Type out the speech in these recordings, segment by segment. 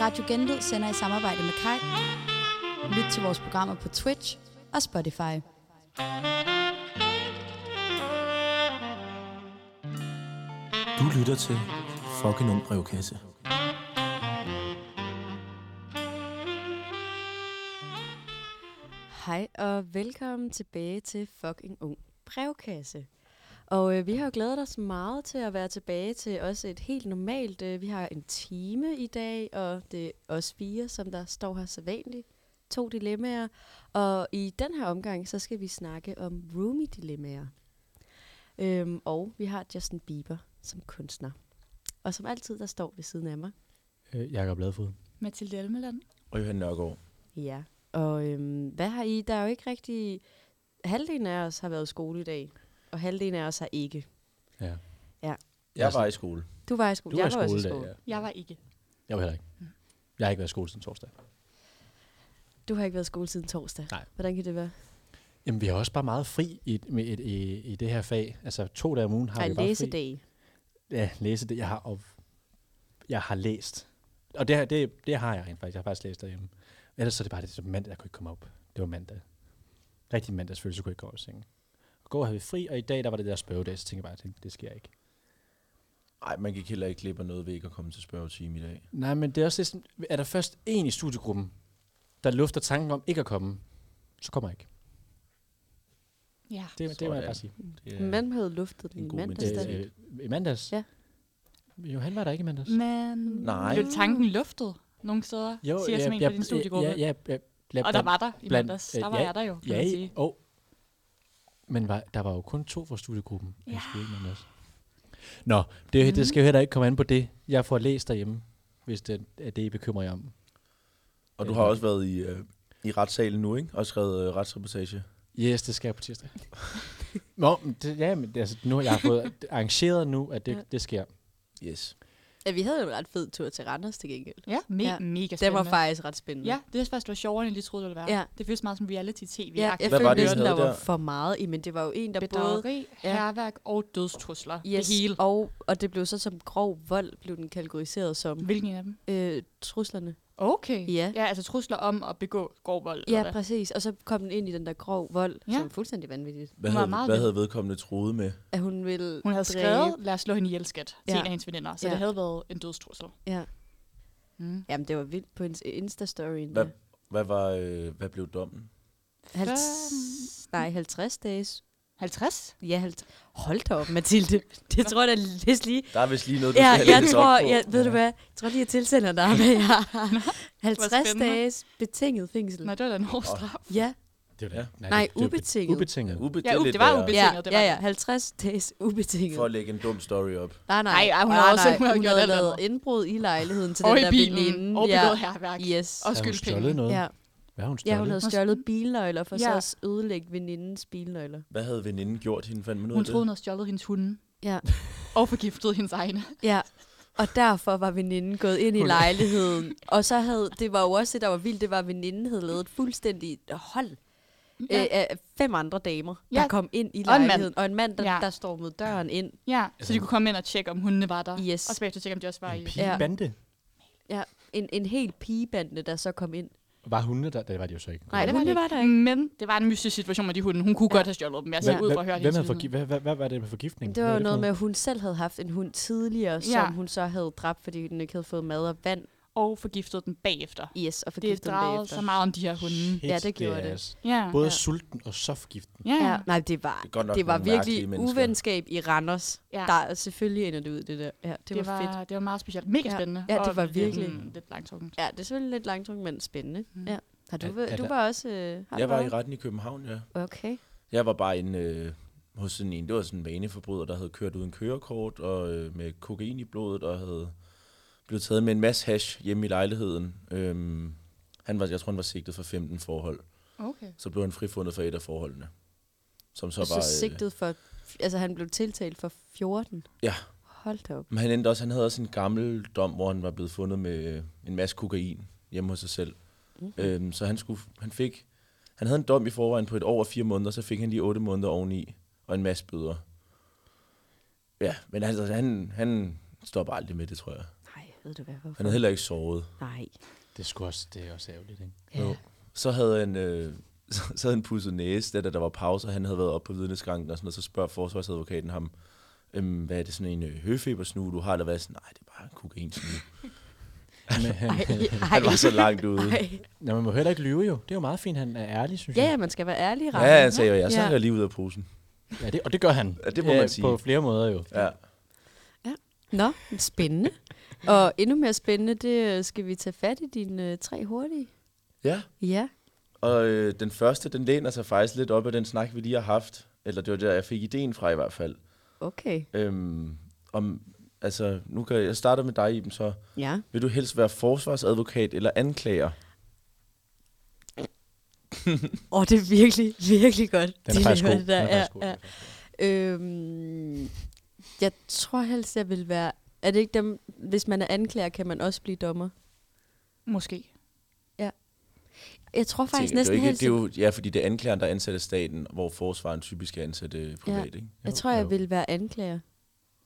Radio Genlyd sender i samarbejde med Kai. Lyt til vores programmer på Twitch og Spotify. Du lytter til fucking ung brevkasse. Hej og velkommen tilbage til fucking ung brevkasse. Og øh, vi har jo glædet os meget til at være tilbage til også et helt normalt. Øh, vi har en time i dag, og det er os fire, som der står her så vanligt. To dilemmaer. Og i den her omgang, så skal vi snakke om roomie-dilemmaer. Øhm, og vi har Justin Bieber som kunstner. Og som altid, der står ved siden af mig. Øh, Jakob Ladefod. Mathilde Elmeland. Og Johan Nørgaard. Ja. Og øhm, hvad har I? Der er jo ikke rigtig... Halvdelen af os har været i skole i dag, og halvdelen af os har ikke. Ja. Jeg var i skole. Du var i skole. Du jeg var i var skole, også i i dag, skole. ja. Jeg var ikke. Jeg var heller ikke. Jeg har ikke været i skole siden torsdag. Du har ikke været i skole siden torsdag. Nej. Hvordan kan det være? Jamen, vi har også bare meget fri i, med et, i, i det her fag. Altså, to dage om ugen har Ej, vi bare fri. læsedag. Ja, læse det. Jeg har, og, jeg har læst. Og det, har- det, det har jeg rent faktisk. Jeg har faktisk læst derhjemme. Ellers så er det bare det, så mandag, jeg kunne ikke komme op. Det var mandag. Rigtig mandagsfølelse kunne jeg ikke gå op i sengen. Og går havde vi fri, og i dag, der var det der spørgedag, så tænkte jeg bare, det, det sker ikke. Nej, man gik heller ikke glip af noget ved ikke at komme til spørgetime i dag. Nej, men det er også lidt sådan, er der først en i studiegruppen, der lufter tanken om ikke at komme, så kommer jeg ikke. Ja. Det, det må jeg Sådan. bare sige. Det er- Yeah. Man havde luftet En den i god mandags. mentalitet. da. Øh, øh, I mandags? Ja. Jo, han var der ikke i mandags. Men Nej. blev tanken luftet nogle steder, jo, siger ja, som en fra din studiegruppe. Ja, ja, ja, ja, og der var der i blandt- mandags. øh, Der var ja, jeg der jo, kan Ja, man i- sige. og, men var, der var jo kun to fra studiegruppen. Ja. Ja. Jeg skulle ikke mandags. Nå, det, mm. det skal jo heller ikke komme an på det. Jeg får læst derhjemme, hvis det er det, I bekymrer jer om. Og du har også været i, øh, i retssalen nu, ikke? Og skrevet øh, retsreportage. Yes, det skal jeg på tirsdag. Nå, men det, ja, men det, altså, nu har jeg fået arrangeret nu, at det, Ja. ja. det sker. Yes. Ja, vi havde jo en ret fed tur til Randers til gengæld. Ja, me- Ja. ja. mega Det var spændende. faktisk ret spændende. Ja, det er faktisk, det var sjovere, end jeg lige troede, det ville være. Ja. Det føles meget som reality-tv. ja jeg Hvad var følte det, I næsten, der, havde var der? for meget i, men det var jo en, der både... Bedrageri, Ja. herværk og dødstrusler. Yes. Det hele. Og, og det blev så som grov vold, blev den kategoriseret som Hvilken af dem? øh, truslerne. Okay. Ja. ja, altså trusler om at begå grov vold. eller Ja, hvad? præcis. Og så kom den ind i den der grov vold, ja. Ja. som er fuldstændig vanvittigt. Hvad, Hun var havde, meget hvad vild. havde vedkommende troet med? At hun ville Hun havde dræbe- skrevet, lad os slå hende ihjel, skat, til Ja. en af hendes veninder. Så Ja. det havde været en dødstrussel. Ja. Mm. Jamen, det var vildt på hendes Insta-story. Hvad, hvad, var, øh, hvad blev dommen? Halvt... Nej, 50 dages. 50? Ja, halvt... Hold da op, Mathilde. Det tror jeg da lidt lige. Der er vist lige noget, du Ja, skal have jeg læst op tror, på. jeg, ved du hvad, jeg tror lige, jeg tilsender dig, men jeg har 50 spændende. dages betinget fængsel. Nej, det var da en hård straf. Ja, Det Ja. Nej, det- det er jo be- ubetinget. Ja, Ubetinget. ube, Ja, det, er ube- lidt det var værre ubetinget. ja, Betinget, det var ja, ja, det. 50 dages ubetinget. For at lægge en dum story op. Nej, nej, Ej, ej, hun nej, har også- nej, hun har hun gjort havde alt lavet andet. indbrud i lejligheden til Og den i der bilen. veninde. Og ja. begået herværk. Yes. Og Har hun skyldt stjålet noget? Ja. Hvad har hun ja, stjålet? hun havde Måske- stjålet bilnøgler, for så Ja. at ødelægge venindens bilnøgler. Hvad havde veninden gjort hende? Fandt man ud Hun af troede, hun det? havde stjålet hendes hunde. Ja. Og forgiftet hendes egne. Ja, og derfor var veninden gået ind i lejligheden. Og så havde, det var jo også det, der var vildt, det var, at veninden havde lavet et fuldstændigt hold ja. øh, af fem andre damer, ja. der Ja. kom ind i Og en mand. lejligheden. Og en mand, der, ja. Ja. der står mod døren ind. Ja, så de kunne komme ind og tjekke, om hundene var der. Yes. Og bagefter tjekke, om de også var i. Altså- En pigebande? Ja, en, en hel pigebande, der så kom ind. Var hunde der? Det var de jo så ikke. Nej, det var, det var der ikke. ikke. Men det var en mystisk situation med de hunde. Hun kunne godt have stjålet dem. Jeg altså, ser Hvem- ud fra hvem- at høre hvem hendes havde lyde. forgi- hvad, hvad, hvad var det med forgiftning? Det Hvad var er jo for noget med, at hun selv havde haft en hund tidligere, ja. Ja. som hun så havde dræbt, fordi den ikke havde fået mad og vand. Og forgiftet dem bagefter. Yes, og Det forgiftede den drejede bagefter. så meget om de her hunde. Shit, Ja, det gjorde er det. altså- Ja. Både Ja. sulten og så forgiften. Ja. Ja, nej, det var, Det er godt nok det var nogle mærkelige virkelig mennesker. uvenskab i Randers. Ja. Ja. Der selvfølgelig ender det ud, det der. Ja, det, Det var, det var meget specielt. Mega Ja. spændende. Ja, det og var virkelig virkelig- sådan lidt langtrukket. Ja, det er selvfølgelig lidt langtrukket, men spændende. Mm. Ja. Har du, Er- været- er du der- var også... Øh, har Jeg du var i været- retten i København, ja. Okay. Jeg var bare inde øh, hos sådan en, det var sådan en vaneforbryder, der havde kørt uden kørekort og øh, med kokain i blodet og havde blevet taget med en masse hash hjemme i lejligheden. Øhm, han var, jeg tror, han var sigtet for 15 forhold. Okay. Så blev han frifundet for et af forholdene. Som så, Og så var... øh, sigtet for... Altså, han blev tiltalt for 14. Ja. Hold da op. men han endte også, han havde også en gammel dom, hvor han var blevet fundet med øh, en masse kokain hjemme hos sig selv. Mm-hmm. Øhm, så han, skulle, han fik... Han havde en dom i forvejen på et år og fire måneder, så fik han lige otte måneder oveni, og en masse bøder. Ja, men altså, han, han stopper aldrig med det, tror jeg. Nej. ved du hvad, hvorfor? Han havde heller ikke sovet. Nej. Det er, sgu også, det er også ærgerligt, ikke? Ja. Jo. Så havde han, øh, så, så havde han pudset næse, da der- der var pause, og han havde været oppe på vidneskranken og sådan noget, så spørger forsvarsadvokaten ham, øhm, hvad er det sådan en øh, høfebersnue, du har? Eller hvad? Sådan, Nej, det er bare en kokainsnue. Men han, Ej, ej. Han var så langt ude. Ej. Nå, man må heller ikke lyve jo. Det er jo meget fint, han er ærlig, synes Ja, ja, jeg. man skal være ærlig i Ja, retten. han sagde jo, ja, så Ja. er jeg lige ud af posen. ja det, og det gør han. Ja, det må man Øh, På sige. flere måder jo. Ja. Nå, spændende. Og endnu mere spændende, det øh, skal vi tage fat i dine øh, tre hurtige. ja. Ja. Og øh, den første, den læner sig faktisk lidt op af den snak, vi lige har haft. Eller det var der, jeg fik ideen fra i hvert fald. Okay. Øhm, om, altså, nu kan jeg, jeg starter med dig, Iben, så. Ja. Vil du helst være forsvarsadvokat eller anklager? Åh, oh, det er virkelig, virkelig godt. Den er dilemma, faktisk god. det Den er ja, faktisk god. ja. Øhm, jeg tror helst, jeg vil være... Er det ikke dem, hvis man er anklager, kan man også blive dommer? Måske. Jeg tror faktisk det, er jo næsten ikke, helst... det er jo, ja, fordi det er anklageren, der ansætter staten, hvor forsvaren typisk er ansat øh, privat, ikke? Jeg Jo, tror, jeg jo. vil være anklager.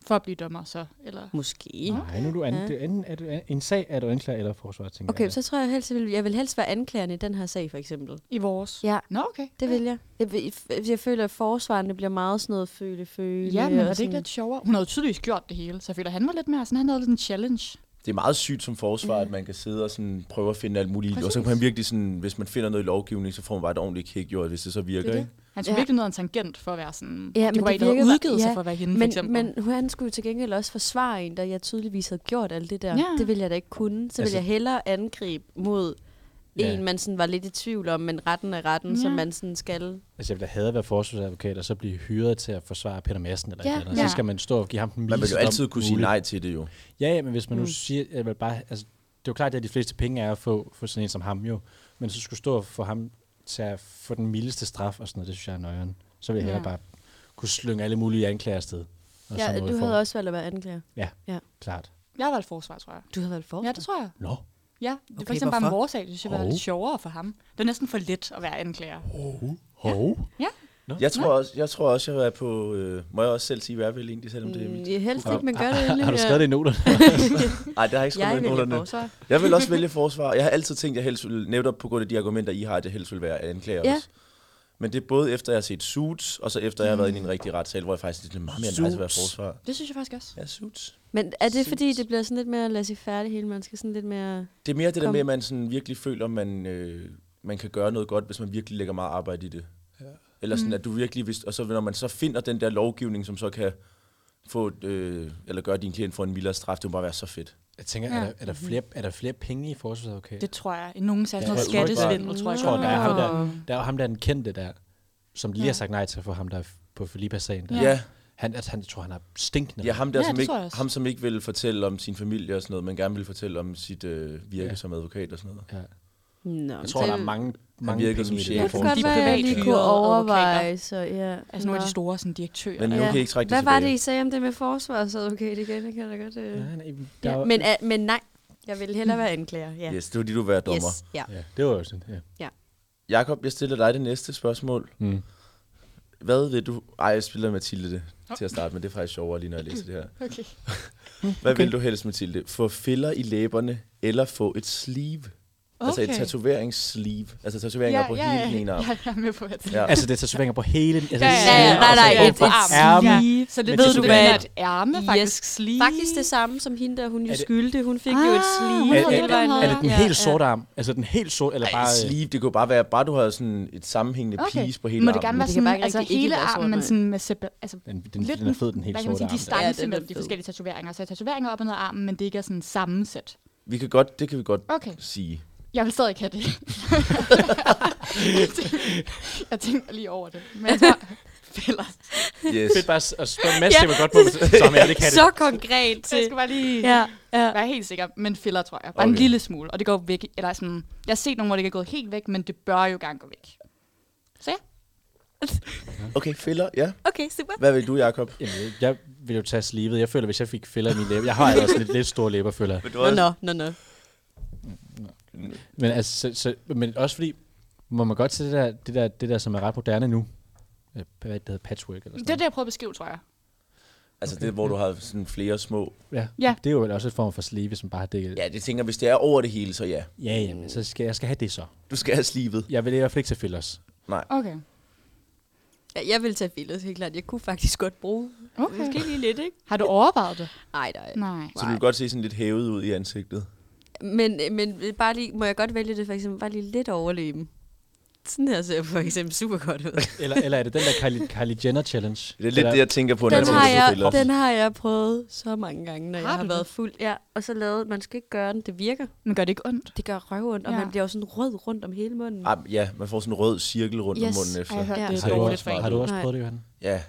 For at blive dommer, så. Eller... Måske. Nej, nu er du an, Ja. det er enten er du an, en sag er du anklager eller forsvar, tænker Okay, jeg. så tror jeg helst, jeg vil, jeg vil helst være anklageren i den her sag, for eksempel. I vores. Ja, Nå, okay. det vil jeg. Jeg, vil- f- jeg føler, at forsvarende bliver meget sådan noget føle-føle. Ja, men og var det sådan- ikke lidt sjovere? Hun havde jo tydeligvis gjort det hele, så jeg føler, han var lidt mere sådan, han havde lidt en challenge. Det er meget sygt som forsvar, at man kan sidde og sådan prøve at finde alt muligt. Præcis. Og så Præcis. kan man virkelig sådan, hvis man finder noget i lovgivningen, så får man bare et ordentligt kick, jo, og hvis det så virker, Det er det det. Han skulle Ja. ja. virkelig ned ad en tangent for at være sådan... Ja, Ja, men det var det en, der havde virkede- udgivet ja. ja, sig for at være Mm, hende, for Men, eksempel. men han skulle jo til gengæld også forsvare en, der jeg tydeligvis havde gjort alt det der. Ja. Det ville jeg da ikke kunne. Så ville Altså- jeg hellere angribe mod Ja. en, man sådan var lidt i tvivl om, men retten er retten, som man sådan skal. Altså, jeg ville da have at være forsvarsadvokat, og så blive hyret til at forsvare Peter Madsen eller Ja, ja, et eller andet. Ja. ja. Så skal man stå og give ham den Man vil jo mildeste altid dom kunne sige muligt. nej til det jo. Ja, ja, men hvis man Mm. nu siger, at man bare, altså, det er jo klart, at de fleste penge er at få, få sådan en som ham jo, men så skulle stå og få ham til at få den mildeste straf og sådan noget, det synes jeg er nøjeren. Så vil jeg hellere Ja. bare kunne slynge alle mulige anklager afsted. Og så Ja, noget du for- havde også valgt at være anklager. Ja, Ja. ja. klart. Jeg har valgt forsvar, tror jeg. Du havde valgt for. Ja, det tror jeg. Nå, Ja, det okay, Okay, for eksempel bare med hvorfor? vores sag, det synes jeg var Hov. lidt sjovere for ham. Det var næsten for let at være anklager. hov. Jeg tror, også, jeg tror også, jeg vil være på... Øh, må jeg også selv sige, hvad jeg vil egentlig, selvom det er mit... Ja, helst Har du- ikke, men gør det endelig. Har du skrevet det i noterne? Nej, det har jeg ikke Jeg skrevet vælger nogen af forsvar. Jeg vil også vælge forsvar. Jeg har altid tænkt, at jeg helst ville, netop på grund af de argumenter, I har, at jeg helst vil være anklager Ja. ja. også. Men det er både efter, jeg har set Suits, og så efter, jeg har været Mm. inde i en rigtig retssal, hvor jeg faktisk synes, det er meget mere nice at være Suits. forsvar. Det synes jeg faktisk også. Ja, Suits. Men er det fordi, det bliver sådan lidt mere laissez færdig hele? Man skal sådan lidt mere... Det er mere det der Kom. med, at man sådan virkelig føler, man, øh, man kan gøre noget godt, hvis man virkelig lægger meget arbejde i det. Ja. Eller sådan, mm. at du virkelig... Hvis, og så når man så finder den der lovgivning, som så kan få, et, øh, eller gøre din klient for en vildere straf, det må bare være så fedt. Jeg tænker, ja. er, der, er, der flere, er der flere penge i forsvarsadvokat? Det tror jeg. I nogen sagde sådan Ja, noget jeg tror ikke bare- skattesvindel, tror jeg. tror, der er ham godt. der, der, er jo ham, der er den kendte der, som lige har sagt nej til at få ham der er på Filipa-sagen. Der. Ja. ja. Han, at han tror, han er stinkende. Ja, ham der, Ja, ja, som, det ikke, tror jeg også. ham, som ikke vil fortælle om sin familie og sådan noget, men gerne vil fortælle om sit øh, virke ja. Ja. som advokat og sådan noget. ja. Nå, Jeg tror, der er mange, mange virkede penge som i det. chef. det for en kunne godt de være, at jeg private lige kunne hyrede advokater. overveje. Så, ja. Altså nogle af Nå. de store sådan, direktører. Men nu Ja. kan I ikke trække Hvad det var det, tilbage. I sagde om det med forsvarsadvokat igen? Det kan jeg da godt... Ja, Øh... nej, der Ja, var- men, uh, men nej, jeg vil hellere være anklager. Ja. Yes, det var de, du var dommer. Yes. Yes, ja. ja, det var jo sådan, ja. Jakob, jeg stiller dig det næste spørgsmål. Mm. Hvad vil du... Ej, jeg spiller Mathilde det til at starte med. Det er faktisk sjovere lige, når jeg læser det her. Okay. Hvad vil du helst, Mathilde? Få filler i læberne, eller få et sleeve? Okay. Altså et Okay. tatoveringssleeve. Altså tatoveringer ja, på ja, hele ja, den ene arm. Ja, jeg er med på det. Ja. Altså, det er tatoveringer på hele... Altså, Ja, ja, siden ja, nej, og så nej, over et- på et ærmen. Ja. Ja. Så det Men ved det du er hvad, sådan- at ærme Yes. faktisk slige. Faktisk det samme som hende, der hun jo Er det- skyldte. Hun fik Ah, jo et hun slige. havde det, hun havde. Er det den helt sorte arm? Altså, den helt sorte... Eller Ej, bare... øh, sleeve, det kunne bare være, bare du havde sådan et sammenhængende okay. piece på hele Må armen. det gerne være Det kan sådan, bare ikke altså rigtig ikke hele være sort, armen, men nej. sådan med sep- altså Den, den, den, er fed, den helt hvad kan man sorte sige, arm. der. distance Ja, den er mellem de fed. forskellige tatoveringer. Så tatoveringer op og ned af armen, men det ikke er sådan sammensat. Vi kan godt, det kan vi godt Okay. sige. Jeg vil stadig ikke have det. jeg tænker lige over det. Men jeg tror, fælder. Yes. Fedt bare at- at spørge en masse, det var godt på, så om jeg ikke kan det. Så konkret Så jeg skal til. bare lige Ja, ja. være helt sikker. Men fælder, tror jeg. Bare en Okay. lille smule. Og det går væk. Eller sådan, jeg har set nogle, hvor det ikke er gået helt væk, men det bør jo gerne gå væk. Så ja. Okay, filler, ja. Okay, super. Hvad vil du, Jakob? Jamen, jeg- jeg vil jo tage slivet. Jeg føler, hvis jeg fik fælder i mine læber... Jeg har altså lidt, lidt store læber, føler jeg. Nå, nå, nå, nå. Men, altså, så, så, men også fordi, må man godt se det der, det der, det der som er ret moderne nu. Øh, Hvad det hedder, patchwork eller sådan Det er det, jeg prøver at beskrive, tror jeg. Altså det, hvor du har sådan flere små... Ja. Ja. Det er jo vel også en form for slive, som bare har dækket. Ja, det tænker, hvis det er over det hele, så ja. ja jamen, så skal jeg skal have det så. Du skal have slivet. Jeg vil i hvert fald ikke til fillers. Okay. Ja, jeg vil tage fillers, helt klart. Jeg kunne faktisk godt bruge okay. måske lige lidt, ikke? Har du overvejet det? Nej, nej. Nej. Så du kan godt se sådan lidt hævet ud i ansigtet. Men, men bare lige, må jeg godt vælge det for eksempel bare lige lidt overleben? Sådan her ser jeg for eksempel super godt ud. Eller, eller er det den der Kylie, Kylie Jenner challenge? Det er lidt Eller- det, jeg tænker på, når Den jeg har, tænker på jeg, billeder. den har jeg prøvet så mange gange, når Har har jeg har du været det? fuld. Ja, og så lavet, man skal ikke gøre den, det virker. Men gør det ikke ondt? Det gør røvondt, og Ja. man bliver jo sådan rød rundt om hele munden. Ah, ja, man får sådan en rød cirkel rundt Yes. om munden efter. Ej, jeg har hørt, Ja. det Har er du, dårligt også, for har en. du også Nej. prøvet det, Johan? Ja,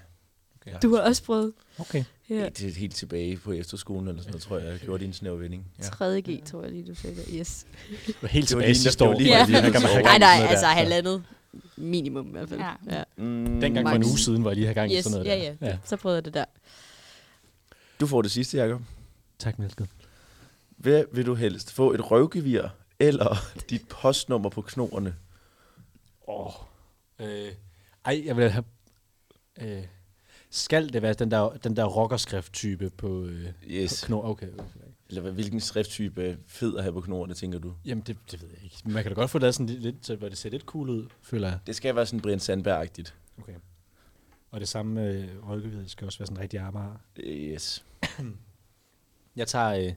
Du har også prøvet. Okay. Ja. det er helt tilbage på efterskolen eller sådan noget, tror jeg, jeg gjorde det i en snæver vending. Ja. 3.G, tror jeg lige, du sagde det. Yes. Du var helt Det var tilbage lige- sidste det år. var lige- det var lige- Der kan man have Nej, gang i sådan nej, noget altså der. halvandet minimum i hvert fald. Ja. ja. Mm, Dengang for en Max. uge siden, hvor jeg lige havde gang i Yes, sådan noget ja, der. ja, ja. Så prøvede jeg det der. Du får det sidste, Jacob. Tak, Milke. Hvad vil du helst? Få et røvgevir eller dit postnummer på knoerne? Åh. Øh, ej, jeg vil have... Øh, skal det være den der, den der rockerskrift-type på, øh, Yes. på knor? Okay. Eller hvad- hvilken skrifttype er fed at have på knoerne, tænker du? Jamen, det, det ved jeg ikke. Men Man kan da godt få lavet sådan lidt- lidt, så hvor det ser lidt cool ud, føler jeg. Det skal være sådan Brian Sandberg-agtigt. Okay. Og det samme med øh, ryggevide skal også være sådan rigtig armere. Yes. Jeg tager... Øh...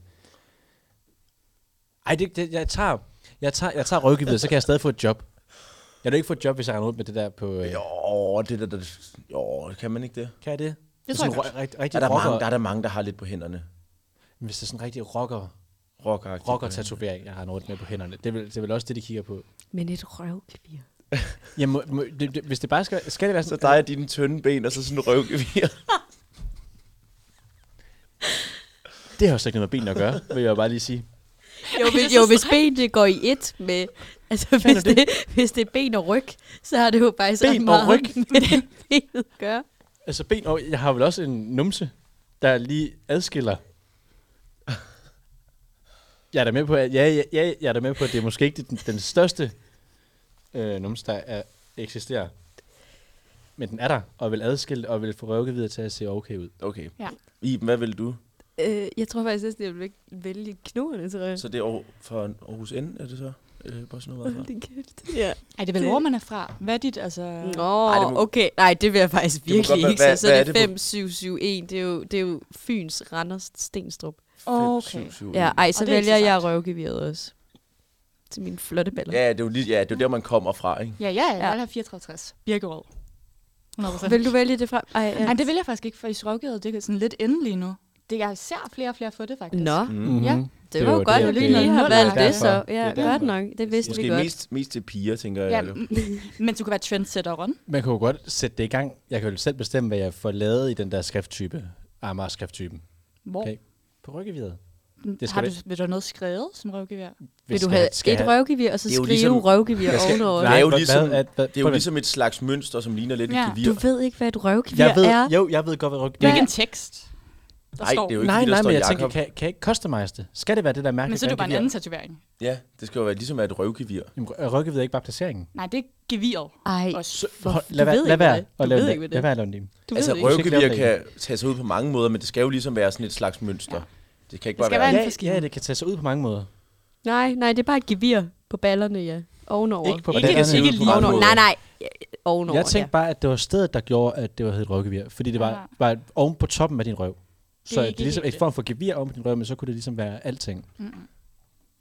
Ej, det, det, jeg tager, jeg tager, jeg tager ryggevide, så kan jeg stadig få et job. Jeg vil ikke få et job, hvis jeg render rundt med det der på... Øh... Jo, det der, der, jo, kan man ikke det? Kan jeg det? Det er tror jeg sådan godt. rø- rigt- Der rigtig er, der, rocker, mange, der er der mange, der har lidt på hænderne. Hvis det er sådan en rigtig rocker, Rocker, rocker-tatovering, jeg har rundt med på hænderne. Det er, vel, det er vel også det, de kigger på. Men et røvgevir. Jamen, må, må, det, det, hvis det bare skal, skal det være Så sådan... dig og dine tynde ben, og så sådan en røvgevir. Det har jo slet ikke noget med benene at gøre, vil jeg jo bare lige sige. Jo, hvis, jo, hvis benene går i et med... Altså, hvis det, hvis det er ben og ryg, så har det jo faktisk Ben også og meget ryg? med det, benet gør. Altså ben og... Jeg har vel også en numse, der lige adskiller. Jeg er da med på, at, ja, ja, ja, jeg er da med på, at det er måske ikke den, den største øh, numse, der er, eksisterer. Men den er der, og vil adskille, og vil få røvket videre til at se okay ud. Okay. Ja. Iben, hvad vil du? Øh, jeg tror faktisk næsten, jeg vil væk- vælge knoerne, tror jeg. Så det er over, fra Aarhus N, er det så? Øh, bare sådan noget Hold derfra. din kæft. Ja. Ej, det er vel, Det- Mm. hvor man er fra. Hvad er dit, altså... Nå, Ej, det må- okay. Nej, det vil jeg faktisk må godt virkelig være- ikke. hvad- Så, så hvad er er det det på- 5771. Det er jo, det er jo Fyns Randers Stenstrup. Okay. 7, Ja, ej, så Og det er ikke vælger så jeg sejt. røvgeviret også. Til mine flotte baller. Ja, det er jo lige, ja, det er jo der, man kommer fra, ikke? Ja, ja, jeg Ja. vil have 64. Birkerød. 100%. Vil du vælge det frem? Ej, ja. Nej, det vil jeg faktisk ikke, for i skrøvgivet, det er sådan lidt inde lige nu. Det, jeg ser flere og flere få det, faktisk. Nå, Mm. Ja. Det det var var jo godt, det, at vi det- lige har det er valgt det, derfor. så. Det er Ja, derfor. godt nok. Det vidste vi Måske godt. mest, mest til piger, tænker Ja, jeg. Ja. m- men du kan være trendsetteren. Man kunne jo godt sætte det i gang. Jeg kan jo selv bestemme, hvad jeg får lavet i den der skrifttype. Amager skrifttypen. Hvor? Okay. På ryggevidder. Det Det skal har du, være- vil du have noget skrevet som røvgevær? Vil du have et røvgevir, og så Det er jo skrive ligesom- røvgevir Jeg skal- ovenover Det er jo Nej, ligesom, hvad- hvad- hvad- det er jo prøv at- ligesom et slags mønster, som ligner lidt Ja. et gevir. Du ved ikke, hvad et røvgevir Jeg ved, er. jo, jeg ved godt, hvad Det er jo ryggevidder ikke en tekst. Der Nej, står. det er jo ikke, Nej, fordi der nej, står men jeg Jacob. tænker, kan, kan jeg ikke customize det? Skal det være det der mærke? Men så er det jo bare en anden tatovering. Ja, det skal jo være ligesom et røvgevir. Ryggevidder er ikke bare placeringen. Nej, det er geviret. Ej, Og så- for- Hold- du Lad være, ved lad ikke, være hvad at det- lave Du ved det. ikke, hvad Lad det være at lave det. Du Altså, ved ikke. røvgevir Musik- kan tage sig ud på mange måder, men det skal jo ligesom være sådan et slags mønster. Ja. Det kan ikke Det bare skal være... være en- Ja, forskelle. ja, det kan tage sig ud på mange måder. Nej, nej, det er bare et gevir på ballerne, ja. Ovenover. Ikke på Ikke- bananen. ikke lige Ovenover. måde. Nej, nej. ja, Ovenover, Jeg tænkte bare, at det var stedet, der gjorde, at det var hedder røvgevir. Fordi det Ja. var, var oven på toppen af din røv. Så er det er ikke ligesom helt et form for gevir oven på din røv, men så kunne det ligesom være alting.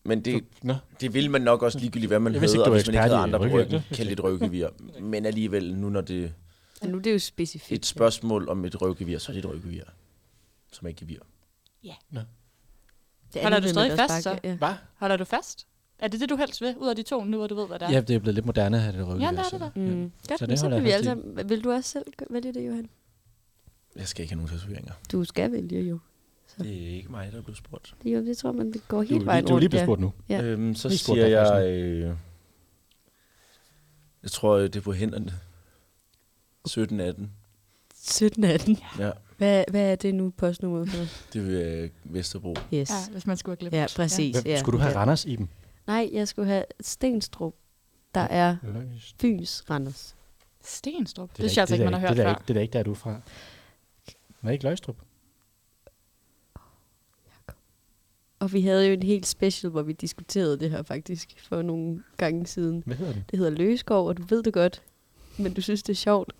Men det, Nå, det vil man nok også ligegyldigt, hvad man Jeg vidste hedder, ikke, du var hvis man ikke havde ekspert i andre på røvgevir. ryggen, kaldt et røvgevir. Men alligevel, nu når det er ja. Nu er det jo et specifikt. spørgsmål om et røvgevir, så er det et røvgevir, som er et gevir. Det Holder andet du ved man stadig også fast, bare- så? ja. hvad? Holder du fast? Er det det, du helst vil, ud af de to, nu hvor du ved, hvad det er? Ja, det er blevet lidt moderne at have det røvgevir. Ja, det er så- det da. Mm. Godt, Så så, det så holder kan jeg vi fast alle sammen. Vil du også selv gø- vælge det, Johan? Jeg skal ikke have nogen tatoveringer. Du skal vælge jo. Det er ikke mig, der er blevet spurgt. Det, er jo, det tror man, det går Du, helt du, vejen du er lige rundt. blevet spurgt nu. Ja. Øhm, så Lige spurgt siger dig først jeg... Øh, jeg tror, øh, det er på hænderne. 17-18. Ja. 17-18. Ja, Hvad, hvad er det nu postnummeret for? det er øh, Vesterbro. Yes. Ja, hvis man skulle have glemt. Ja, præcis. Hvem- Ja. Skulle du have Ja. Randers i dem? Nej, jeg skulle have Stenstrup, der er Fyns Randers. Stenstrup. Det, da synes jeg altså ikke, man det har er hørt da før. ikke- Det er da ikke der, du er fra. Men ikke Løgstrup. Og vi havde jo en helt special, hvor vi diskuterede det her faktisk for nogle gange siden. Hvad hedder den? Det hedder Løskov, og du ved det godt, men du synes, det er sjovt.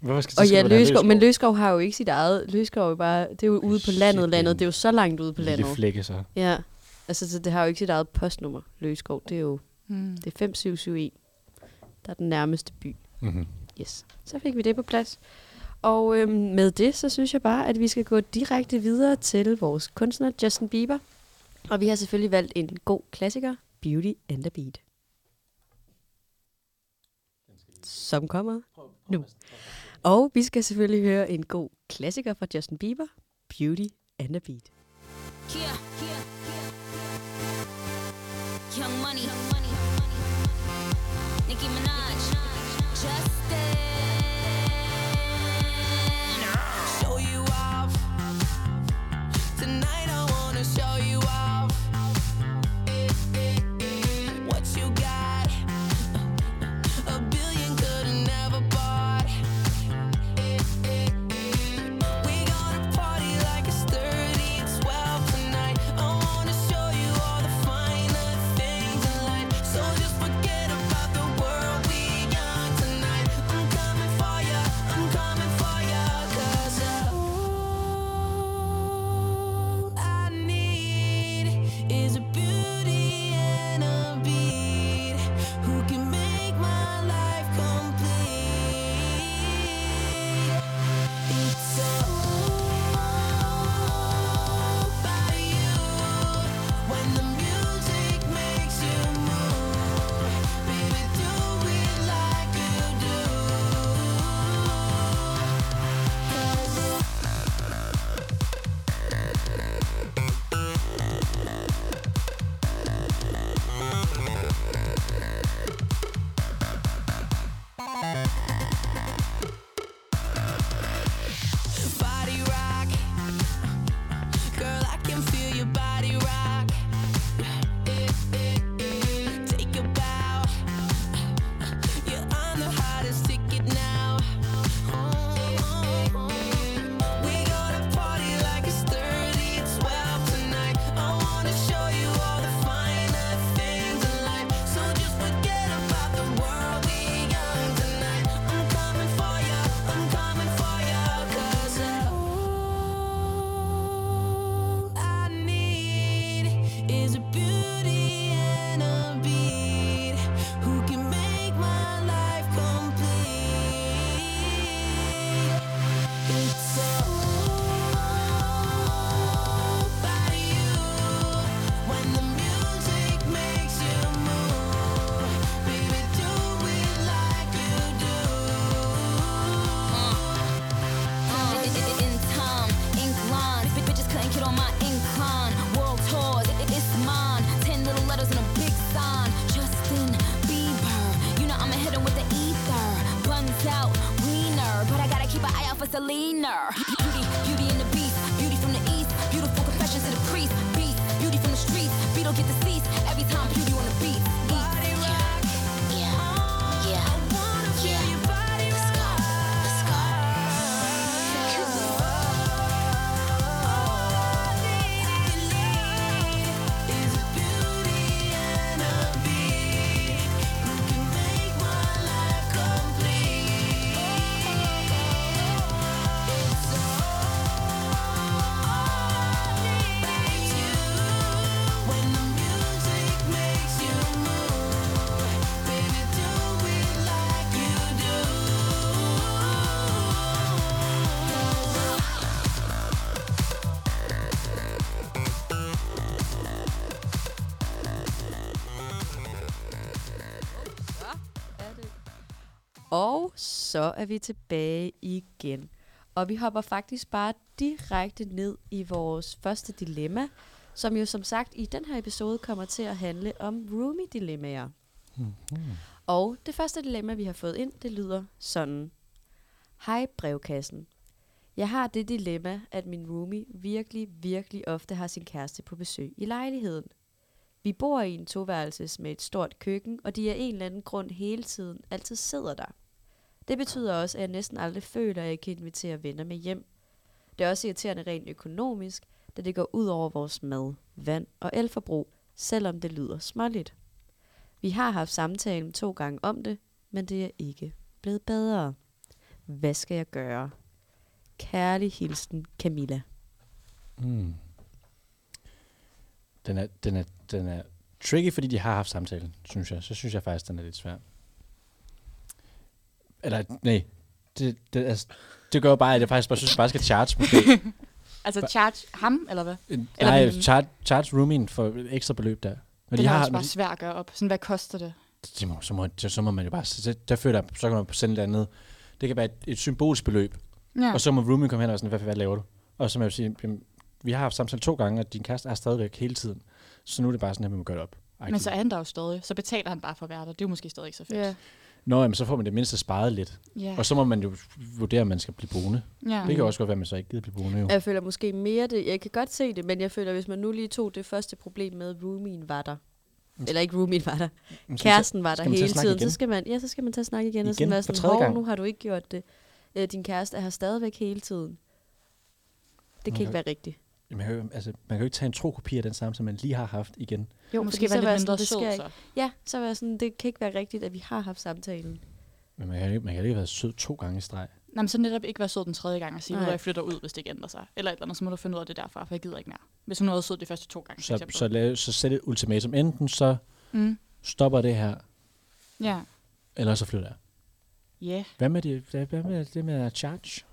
Hvorfor skal det Og ja, skrive, at der er Løskov, men Løskov har jo ikke sit eget. Løskov er jo bare, det er jo ude på Shit, landet, det er en landet. Det er jo så langt ude på landet. Lille flække så. Ja, altså så det har jo ikke sit eget postnummer, Løskov. Det er jo Mm. det er 5771, der er den nærmeste by. Mhm. Mm-hmm. Yes. Så fik vi det på plads. Og øhm, med det, så synes jeg bare, at vi skal gå direkte videre til vores kunstner, Justin Bieber. Og vi har selvfølgelig valgt en god klassiker, Beauty and the Beat. Som kommer nu. Og vi skal selvfølgelig høre en god klassiker fra Justin Bieber, Beauty and the Beat. Yeah, yeah, yeah. Young Money, Nicki Minaj, Justin. show you off. Tonight I wanna show you off. What you got? A billion could have never bought. We gonna party like it's 30 and 12 tonight. I wanna show you all the finer things in life. So just forget about the world we young tonight. I'm coming for ya, I'm coming for ya, 'cause all I need is a beauty and a beat who can make my life complete. It's all about you when the music makes you move. Baby, do it like you do. 'Cause body rock. Girl, I can feel your body rock. Take a bow. You're on the hottest ticket now. We gonna party like it's 30 and 12 tonight. I wanna show you all the finer things in life. So just forget about the world we young tonight. I'm coming for ya, I'm coming for ya, 'cause all I need is a beauty and a beat who can make my life complete. It's all about you when the music makes you move. Baby, do it like you do. in- in- in- in time, ink line. B- Bitches couldn't get on my incline. World tours, it- it's mine. Ten little letters and a big sign. Justin Bieber, you know I'ma hit him with the ether. Guns out, wiener, but I gotta keep an eye out for Selena. Beauty, beauty and the beast, beauty from the east, beautiful confessions to the priest. Beast, beauty from the streets, beat don't get deceased. Every time beauty on the beat. Body rock, yeah, yeah. I wanna feel your body rock. Let's go, let's go. Og så er vi tilbage igen. Og vi hopper faktisk bare direkte ned i vores første dilemma, som jo som sagt i den her episode kommer til at handle om roomie-dilemmaer. Mm-hmm. Og det første dilemma, vi har fået ind, det lyder sådan. Hej brevkassen. Jeg har det dilemma, at min roomie virkelig, virkelig ofte har sin kæreste på besøg i lejligheden. Vi bor i en toværelses med et stort køkken, og de af en eller anden grund hele tiden altid sidder der. Det betyder også, at jeg næsten aldrig føler, at jeg kan invitere venner med hjem. Det er også irriterende rent økonomisk, da det går ud over vores mad, vand og elforbrug, selvom det lyder småligt. Vi har haft samtalen to gange om det, men det er ikke blevet bedre. Hvad skal jeg gøre? Kærlig hilsen, Camilla. Mm. Den, er, den, er, den er tricky, fordi de har haft samtalen, synes jeg. Så synes jeg faktisk, den er lidt svær. Eller, nej. Det, det, altså, det gør jo bare, at jeg faktisk bare synes, at jeg bare skal charge måske. Altså charge ham, eller hvad? En- Eller Øh, Nej, min- charge, charge roomien for et ekstra beløb der. Når Men de det er har, også når bare de, svært at gøre op. Sådan, hvad koster det? så, må, så, må, så, så må man jo bare, så, så- der føler jeg, så kan man sende et eller andet. Det kan være et, et symbolsk beløb, Ja. og så må roomien komme hen og være sådan, hvad, hvad laver du? Og så må jeg jo sige, jamen, vi har haft samtale to gange, og din kæreste er stadigvæk hele tiden. Så nu er det bare sådan, at vi må gøre det op. Men så er han der jo stadig. Så betaler han bare for at være der. Det er jo måske stadig ikke så fedt. Ja. Nå, jamen, så får man det mindste sparet lidt. Ja. Og så må man jo vurdere, om man skal blive boende. ja. Øh, Det kan også godt være, at man så ikke gider blive boende. Jo. Jeg føler måske mere det. Jeg kan godt se det, men jeg føler, hvis man nu lige tog det første problem med, roomien var der. Eller ikke roomien var der. Men skal vi Kæresten var der skal man tage hele at snakke tiden. igen? Så skal man, ja, så skal man tage snak igen, igen og Igen? sådan For være sådan, tredje hov, gang?" nu har du ikke gjort det. Øh, din kæreste er her stadigvæk hele tiden. Det kan Okay. ikke være rigtigt. tage- man, kan jo, altså, man kan jo ikke tage en tro kopi af den samme, som man lige har haft igen. Jo, måske være lidt mindre sød, ikke. så. Ja, så var jeg sådan, det kan ikke være rigtigt, at vi har haft samtalen. Mm. Men man kan, jo ikke- man kan jo ikke have været sød to gange i streg. Nej, men så netop ikke være sød den tredje gang og sige, Nej. at jeg flytter ud, hvis det ikke ændrer sig. Eller et eller andet, så må du finde ud af det derfra, for jeg gider ikke mere. Hvis hun har været sød de første to gange, for Så, eksempel. så, lave, så sæt et ultimatum. Enten så Mm. stopper det her, Ja. eller så flytter jeg. Ja. Hvad med det, hvad hvad med det med at charge?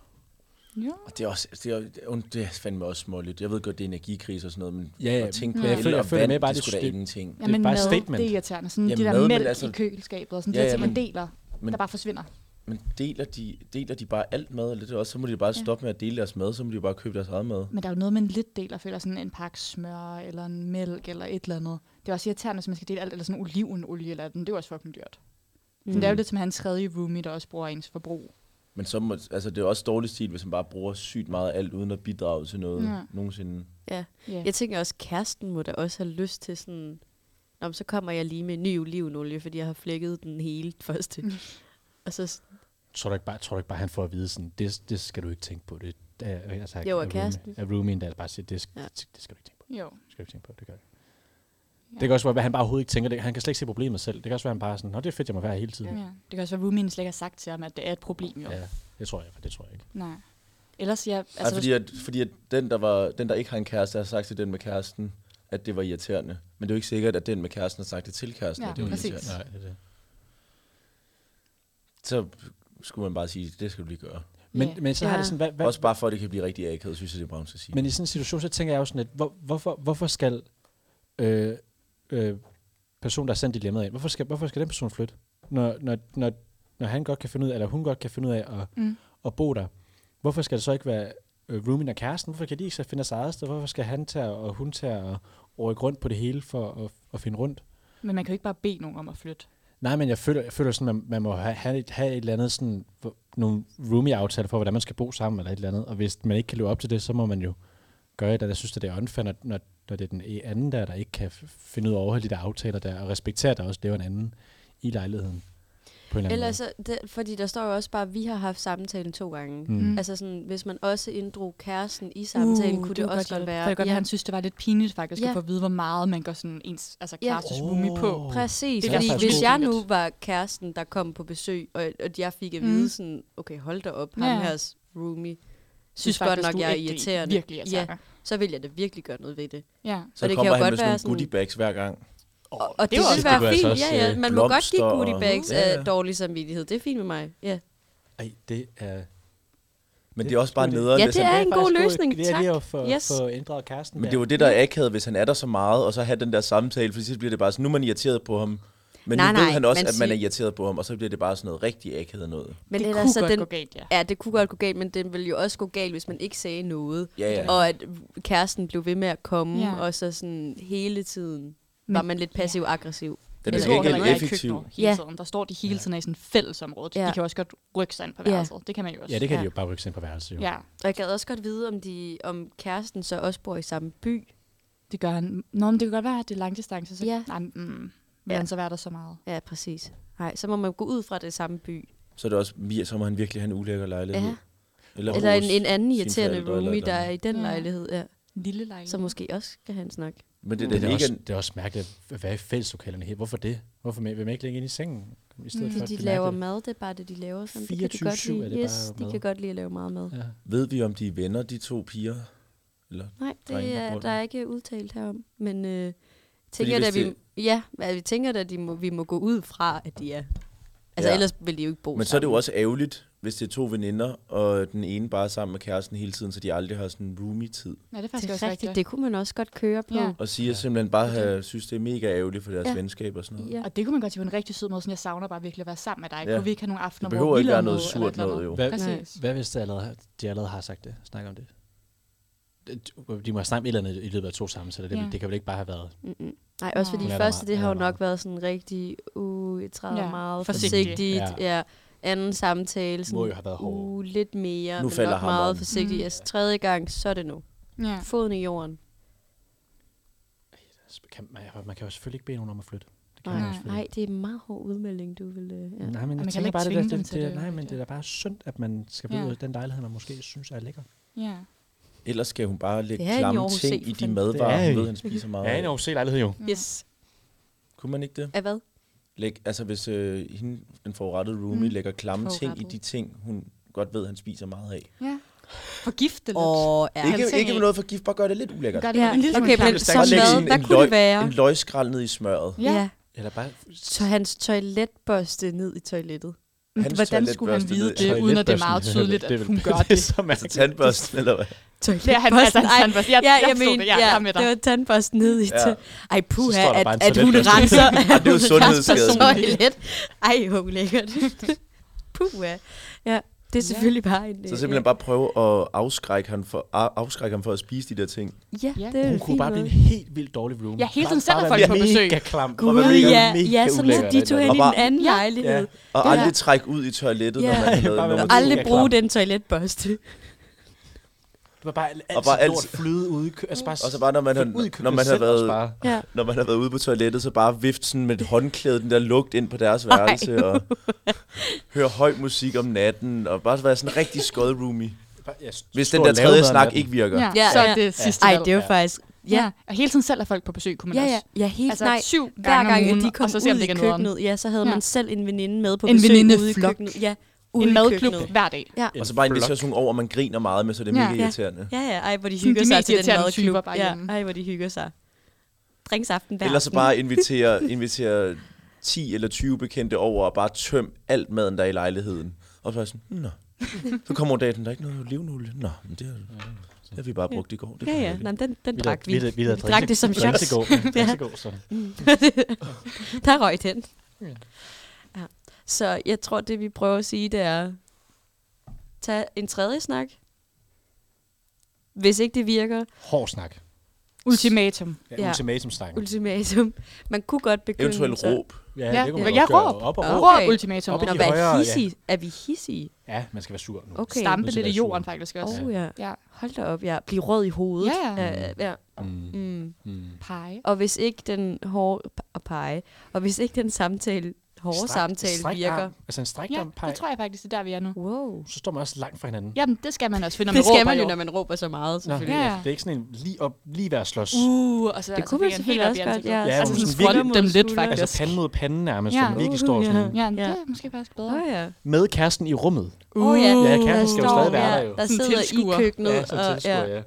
Jo. Og det er også, det er, und- det er fandme også småligt. Jeg ved godt, det er energikrise og sådan noget, men Ja, ja, at tænke men på jeg el føler- jeg og føler vand, med bare, det det er sgu da er styr- ingenting. Ja, men bare et mad, statement. det er irriterende. Sådan Jamen de der mad, men mælk altså, i altså- køleskabet og sådan Ja, ja, ja, ting, man men- deler, Men, der bare forsvinder. men deler, de, deler de bare alt mad, eller det er også, så må de bare stoppe med at dele deres mad, så må de bare købe deres eget mad. Men der er jo noget, man lidt deler, føler sådan en pakke smør, eller en mælk, eller et eller andet. Det er også irriterende, hvis man skal dele alt, eller sådan olivenolie, eller den, det er jo også fucking dyrt. Mm. Men det er jo lidt som hans tredje roomie, der også bruger ens forbrug. Men så må, altså, det er også dårlig stil, hvis man bare bruger sygt meget af alt, uden at bidrage til noget Ja. ja. nogensinde. Ja. Yeah. Jeg tænker også, kæresten må da også have lyst til sådan, Nå, men så kommer jeg lige med ny olivenolie, fordi jeg har flækket den hele første. Mm. og så, s- Tror du ikke bare, tror du ikke bare han får at vide sådan, det, det skal du ikke tænke på. Det, er- altså, Jo, og er roomie- kæresten. Er roomien, der bare siger, det, Ja. ja. det, det skal du ikke tænke på. Jo. Det skal du ikke tænke på, det gør jeg. Ja. Ja. Det kan også være, at han bare overhovedet ikke tænker det. Han kan slet ikke se problemet selv. Det kan også være, at han bare er sådan, Nå, det er fedt, jeg må være her hele tiden. Ja. Det kan også være, at roomien slet ikke har sagt til ham, at det er et problem, jo. Ja, det tror jeg, for det tror jeg ikke. Nej. Ellers, ja, altså, Altså, Ej, fordi, at, fordi at den, der var, den, der ikke har en kæreste, har sagt til den med kæresten, at det var irriterende. Men det er jo ikke sikkert, at den med kæresten har sagt det til kæresten, Ja, ja, at det var præcis. irriterende. Nej, det er det. Så skulle man bare sige, det skal du lige gøre. Men, Ja. yeah. men så har Ja. det sådan, hvad, Hvad? hvad, Også bare for, at det kan blive rigtig akavet, synes jeg, det er bare, hun skal sige. Men i sådan en situation, så tænker jeg jo sådan lidt, hvor, hvorfor, hvorfor skal øh, øh, personen, der har sendt dilemmaet ind, hvorfor skal, hvorfor skal den person flytte? Når, når, når, når han godt kan finde ud af, eller hun godt kan finde ud af at, Mm. mm. at bo der, hvorfor skal det så ikke være øh, roomien og kæresten? Hvorfor kan de ikke så finde deres eget sted? Hvorfor skal han tage og hun tage og rykke rundt på det hele for at, at finde rundt? men man kan jo ikke bare bede nogen om at flytte. Nej, men jeg føler, jeg føler sådan, man, man må have, have, et, have et eller andet sådan, hvor- nogle roomie-aftaler for, hvordan man skal bo sammen eller et eller andet. Og hvis man ikke kan leve op til det, så må man jo gøre det. Jeg synes, at det er unfair, når, når, når det er den e-, anden der, der ikke kan f- finde ud af at overholde de der aftaler der, og respektere, at der også lever en anden i lejligheden. På en eller anden eller så, det, fordi der står jo også bare, at vi har haft samtalen to gange. måde. Mm. Mm. Altså sådan, hvis man også inddrog kæresten i samtalen, uh, kunne det, også godt være. For det kan godt ja, være, han synes, det var lidt pinligt faktisk, ja. Ja. at få at vide, hvor meget man går sådan ens altså, Ja. kærestes ja. roomie på. Oh. Åh. præcis. Det er fordi faktisk hvis god jeg point. nu var kæresten, der kom på besøg, og, og jeg fik at Mm. vide sådan, okay, hold da op, ja. Ja. ham hers roomie, Synes synes faktisk, godt du nok, er jeg er ægte irriterende. Virkelig altså. irriterende. så vil jeg da virkelig gøre noget ved det. Ja. ja. så og det kan kommer han jo godt med sådan være nogle sådan- goodie bags hver gang. Og, og det, var vil også- det være kunne fint, altså ja, også, ja. øh, Man må godt give blomster goodie og- bags Ja, af ja. dårlig samvittighed. Det er fint med mig. Ja, Ej, det er... Men Det det er også bare skulle det- nederen, Ja, hvis det han... er en faktisk god løsning. Det er Tak. lige at få, Yes. yes. få ændret kæresten Men det der. er jo det, der er akavet, hvis han er der så meget, og så have den der samtale, for så bliver det bare sådan, nu er man irriteret på ham. Men Nej, nu ved nej, han også, man at man er siger- irriteret på ham, og så bliver det bare sådan noget rigtig akavet noget. Men det ellers kunne så godt den, gå galt, ja. Ja, det kunne godt gå galt, men den ville jo også gå galt, hvis man ikke sagde noget. Ja, ja. Og at kæresten blev ved med at komme, Ja. ja. og så sådan hele tiden Men- var man lidt passiv-aggressiv. Den Det er står ikke heller helt ikke i effektiv. køkkenet hele Ja. tiden. Der står de hele tiden i sådan et fællesområde. Ja. De kan jo også godt rykke sig ind på Ja. værelset. Det kan man jo også. Ja, det kan Ja. de jo bare rykke sig ind på værelset. Jo. ja. Og jeg gad også godt vide, om, de, om kæresten så også bor i samme by. det gør han. Nå, men det kan godt være, at det er langdistance. Så... Ja. Nej, mm, vil Ja. han så være der så meget? Ja, præcis. Nej, så må man gå ud fra det samme by. Så er det også, vi- så må han virkelig have en ulækker lejlighed. Ja. Eller, Eller hos en, en anden sine irriterende forældre eller et roomie, eller der er andet. i den Ja. lejlighed. Ja. Lille lejlighed. som måske også skal have en snak. Men det, Det, det, er det, da ikke, også, er- det er også mærkeligt at være i fælleslokalerne her. Hvorfor det? Hvorfor vil man ikke ligge inde i sengen? I stedet Det, for, Mm. de er laver mærkeligt? mad, det er bare det, de laver. Sådan. Det kan de 24-7 godt lide. er det yes, bare de mad. kan godt lide at lave meget mad. Ja. ved vi, om de er venner, de to piger? Eller? Nej, det Drenge på er, bunden. der er ikke udtalt herom. Men Fordi øh, tænker da, hvis vi, det- ja, at vi tænker da, at de må, vi må gå ud fra, at de er. Altså Ja. ja. ellers vil de jo ikke bo Men sammen. så er det jo også ærgerligt, hvis det er to veninder, og den ene bare er sammen med kæresten hele tiden, så de aldrig har sådan en roomie-tid. Nej, det er faktisk det er også rigtigt. rigtigt. Det kunne man også godt køre på. Ja. Ja. Og siger ja. simpelthen bare, at jeg synes, det er mega ærgerligt for deres ja. Ja. venskab og sådan noget. ja. Og det kunne man godt sige på en rigtig sød måde, sådan, jeg savner bare virkelig at være sammen med dig. Ja. Ja. Kunne vi ikke have nogle Det aftener, behøver hvor vi ikke laver være noget eller surt et eller noget, andet? jo. Hvad, Præcis. hvad hvis det allerede, har- de allerede har sagt det? Snak om det. Det- De må have snakket om et eller andet i løbet af to samtaler. Det, Ja. ja. det kan vel ikke bare have været... Mm-mm. Nej, også fordi Hun er de da første, meget- det hun har er jo da nok meget- været sådan rigtig, uh, jeg træder Ja, ja. meget forsigtigt. forsigtigt. forsigtigt. Ja. ja. Anden samtale, Altså, sådan, Må jo have været hård. uh, lidt mere, Nu men falder nok meget hammeren. forsigtigt. Mm. Mm. Yes, tredje gang, så er det nu. Ja. Foden i jorden. Kan, man, man kan jo selvfølgelig ikke bede nogen om at flytte. Det kan Nej, man jo Nej. selvfølgelig nej, det er en meget hård udmelding, du vil... øh, Ja. ikke. Nej, men kan jeg heller tænker bare, ikke det, der, tvinge dem det, til det, det, nej, jo. men det er da bare synd, at man skal Ja. flytte ud af den lejlighed, man måske synes er lækker. ja. Ellers skal hun bare lægge Det er en klamme Aarhus ting C, i for de fanden. Det madvarer, er hun vi. ved, han spiser meget. af. Aarhus lejlighed jo. Yes. Kunne man ikke det? Af hvad? Læg, altså hvis øh, hende, den forurettede roomie Mm. mm. lægger klamme ting i Forurettet. de ting, hun godt ved, han spiser meget af. ja. Forgift det lidt. Åh, ja. ikke ting ikke af. med noget for gift, bare gør det lidt ulækkert. Gør det Ja, en lille smule okay, men klamt. som Bare lægge hvad? sådan Hvad en kunne det løg- være? En løgskrald ned i smøret. Ja. Ja, Eller bare... så hans toiletbørste ned i toilettet. Hans Hvordan skulle han toiletbørste vide ned- det, uden at det er meget Toiletbørsten. tydeligt, Det er at vel- hun gør det? så Altså mærkeligt. tandbørsten, eller hvad? Det er han, altså, Børsten, han, ej. han, jeg, jeg, Ja, jeg, jeg forstod mener, det. ja, Jeg, ja, jeg med det dig. var tandbørsten ned i Ja. ja. Ej, puha, står der at, bare en at hun toiletbørste. renser Ej, det er jo hun sundhedsskadeligt. renser toilet. Ej, hvor lækkert. puha. Ja, det er selvfølgelig bare en... Så øh, simpelthen bare prøve at afskrække ham for, a- afskrække ham for at spise de der ting. Ja, Ja. det er Hun en kunne fin bare blive måde. en helt vildt dårlig room. Ja, hele tiden sender folk på besøg. Mega klam. Og være Gud, mega, altså. ja, mega ja, sådan ulækker, at de det tog der. hen Og i en bare- anden Ja. lejlighed. Og Ja. aldrig trække ud i toilettet, Ja. når man havde noget. Bare være man- ulækker. Aldrig bruge klar. den toiletbørste. Det var bare altid bare lort altid- flyde ude i kø- altså bare, Og så bare, når man har- ud i køkkenet når man har selv, været- også bare, Ja. Når man har været ude på toilettet, så bare vift sådan med et håndklæde den der lugt ind på deres værelse, og høre høj musik om natten, og bare være sådan en rigtig skød roomie. bare ja, Hvis stå den og der lave tredje noget om snak natten. ikke virker. Ja, Ja, så er ja. det sidste Ej, valg. det var faktisk... Ja, Ja, og hele tiden selv er folk på besøg, kunne man ja, også. ja, ja helt Altså nej. syv Hver gang, om ugen, at de kom og så se, om ud det i ikke er noget om- køkkenet, ja, så havde Ja. man selv en veninde med på En besøg ude i venindeflok. køkkenet. Ja, ude En i madklub køkkenet. hver dag. Ja. Og så bare inviterer sådan nogle over, og man griner meget med, så det er Ja. mega Ja. irriterende. Ja, ja, ej, hvor de Sådan hygger de sig mest til den irriterende madklub. typer bare ja, hjemme. ej, hvor de hygger sig. Drinksaften hver Ellers så aften. bare invitere, invitere 10 eller 20 bekendte over og bare tøm alt maden, der er i lejligheden. Og så er jeg sådan, nå. Så kommer dagen, der er ikke noget olivenolie. Nå, men det har, det har vi bare brugt i går. Det Ja, kan ja, jeg nej, ikke. men den, den Vi drak vi. der- vi der Vi drak det som drikke- shots. Mm. drikkegod. Drikkegod, så. Der røg den. Ja. Ja. Så jeg tror, det vi prøver at sige, det er, tag en tredje snak. Hvis ikke det virker, Hård snak. Ultimatum. Ja, Ja. ultimatum snak. ultimatum. Man kunne godt begynde... Eventuelt så- råb. Ja, Ja, det kunne man ja, godt råb. gøre. Op og Ja. råb. Råb Okay. ultimatum. Op i Nå, de hvad er højere, ja. hissige? Er vi hissige? Ja, man skal være sur nu. Okay. Stampe Nødt til lidt at i være jorden, sur. faktisk også. Åh oh, ja. Ja. Hold da op, ja. Bliv rød i hovedet. Ja, ja. Ja, ja. Mm. Mm. Mm. Pege. Og hvis ikke den hårde og pege, og hvis ikke den samtale, hårde Stræk- samtale strækarm. virker. Altså en Ja, strækdarm det tror jeg faktisk, det er der, vi er nu. Wow. Så står man også langt fra hinanden. Jamen, det skal man også finde, når Det man skal råber man jo, jo. når man råber så meget, Nå, selvfølgelig. Ja, ja, ja. Det er ikke sådan en lige, op, lige ved at slås. Uh, og så Det kunne man selvfølgelig også godt, ja. Ja, altså hun sådan sådan skrotte virkelig- dem lidt, mod faktisk. altså pande mod panden nærmest, ja. Ja. så man virkelig står Uh, sådan Ja, det Ja. er måske faktisk bedre. Åh oh, ja. med kæresten i rummet. Åh oh, ja. Uh. Ja, kæresten skal jo står- stadig være ja, der jo. Der Sådan sidder i tilskuer. køkkenet. Ja, som og, tilskuer, ja.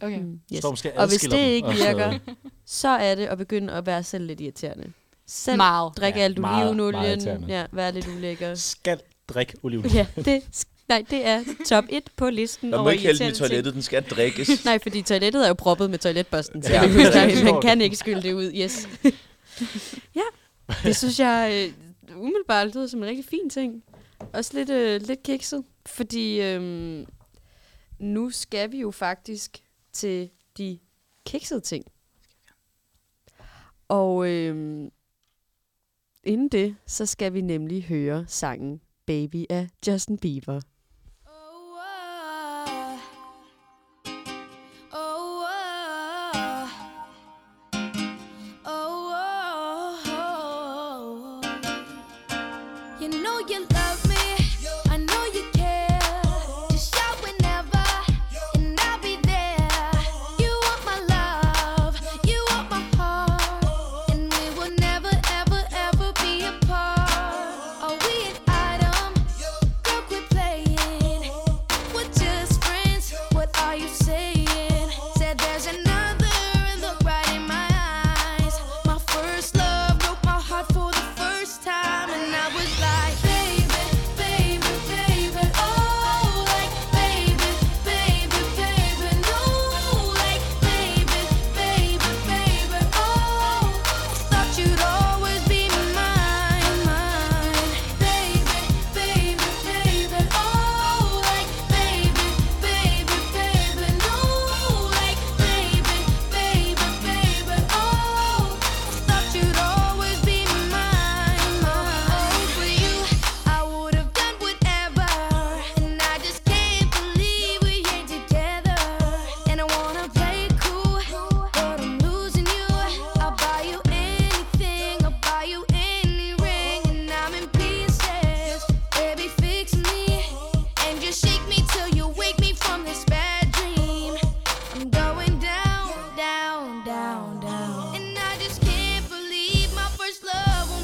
Okay. Mm, Yes. Yes. Står måske Og hvis adskiller det dem, ikke og sådan virker, noget. så er det at begynde at være selv lidt irriterende. Selv Meget. drikke Ja, alt meget, meget olivenolien. irriterende. Ja, vær lidt ulækker. Skal drikke oliven. Ja, det, nej, det er top 1 på listen Man må over ikke hælde den i irriterende ting. toilettet, den skal drikkes. Nej, fordi toilettet er jo proppet med toiletbørsten, så Ja. ja. Ja. man kan ikke skylde det ud, yes. ja, det synes jeg øh, umiddelbart lyder som en rigtig fin ting. Også lidt, øh, lidt kikset, fordi øh, nu skal vi jo faktisk til de kiksede ting. Og øh, inden det, så skal vi nemlig høre sangen Baby af Justin Bieber. Oh, oh, oh, oh, oh, oh. You know you love me. I know you care. Just shout whenever, and I'll be there. You oh. oh. oh. oh, oh. oh, oh.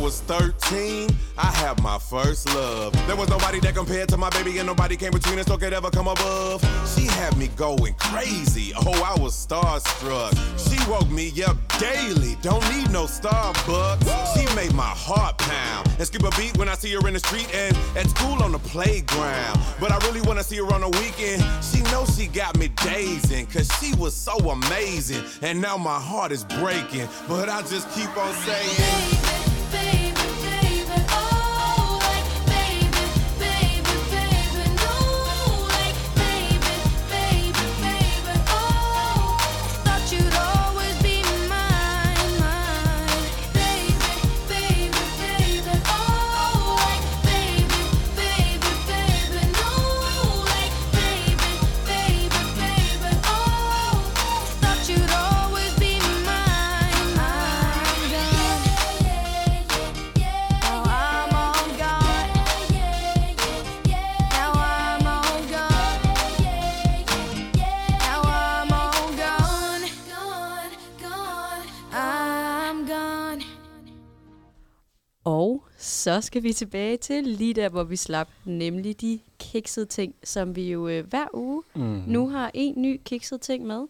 was 13, I had my first love. There was nobody that compared to my baby, and nobody came between us or could ever come above. She had me going crazy. Oh, I was starstruck. She woke me up daily. Don't need no Starbucks. She made my heart pound and skip a beat when I see her in the street and at school on the playground. But I really wanna see her on the weekend. She knows she got me dazing, cause she was so amazing. And now my heart is breaking, but I just keep on saying. Og så skal vi tilbage til lige der, hvor vi slap, nemlig de kiksede ting, som vi jo øh, hver uge mm. Mhm. nu har en ny kikset ting med.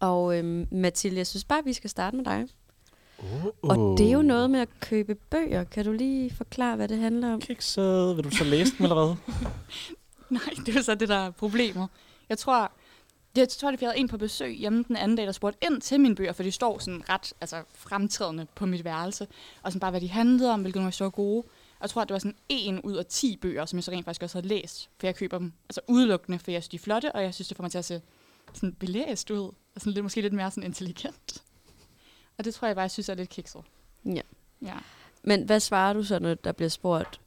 Og øhm, Mathilde, jeg synes bare, vi skal starte med dig. Oh. Og det er jo noget med at købe bøger. Kan du lige forklare, hvad det handler om? Kikset, vil du så læse dem eller hvad? Nej, det er jo så det, der er problemet. Jeg tror, jeg tror, at vi havde en på besøg hjemme den anden dag, der spurgte ind til mine bøger, for de står sådan ret altså, fremtrædende på mit værelse. Og sådan bare, hvad de handlede om, hvilke nummer så gode. Og jeg tror, at det var sådan en ud af 10 bøger, som jeg så rent faktisk også havde læst. For jeg køber dem altså udelukkende, for jeg synes, de er flotte, og jeg synes, det får mig til at se sådan belæst ud. Og sådan lidt, måske lidt mere sådan intelligent. Og det tror jeg bare, jeg synes er lidt kikset. Ja. Ja. Men hvad svarer du så, når der bliver spurgt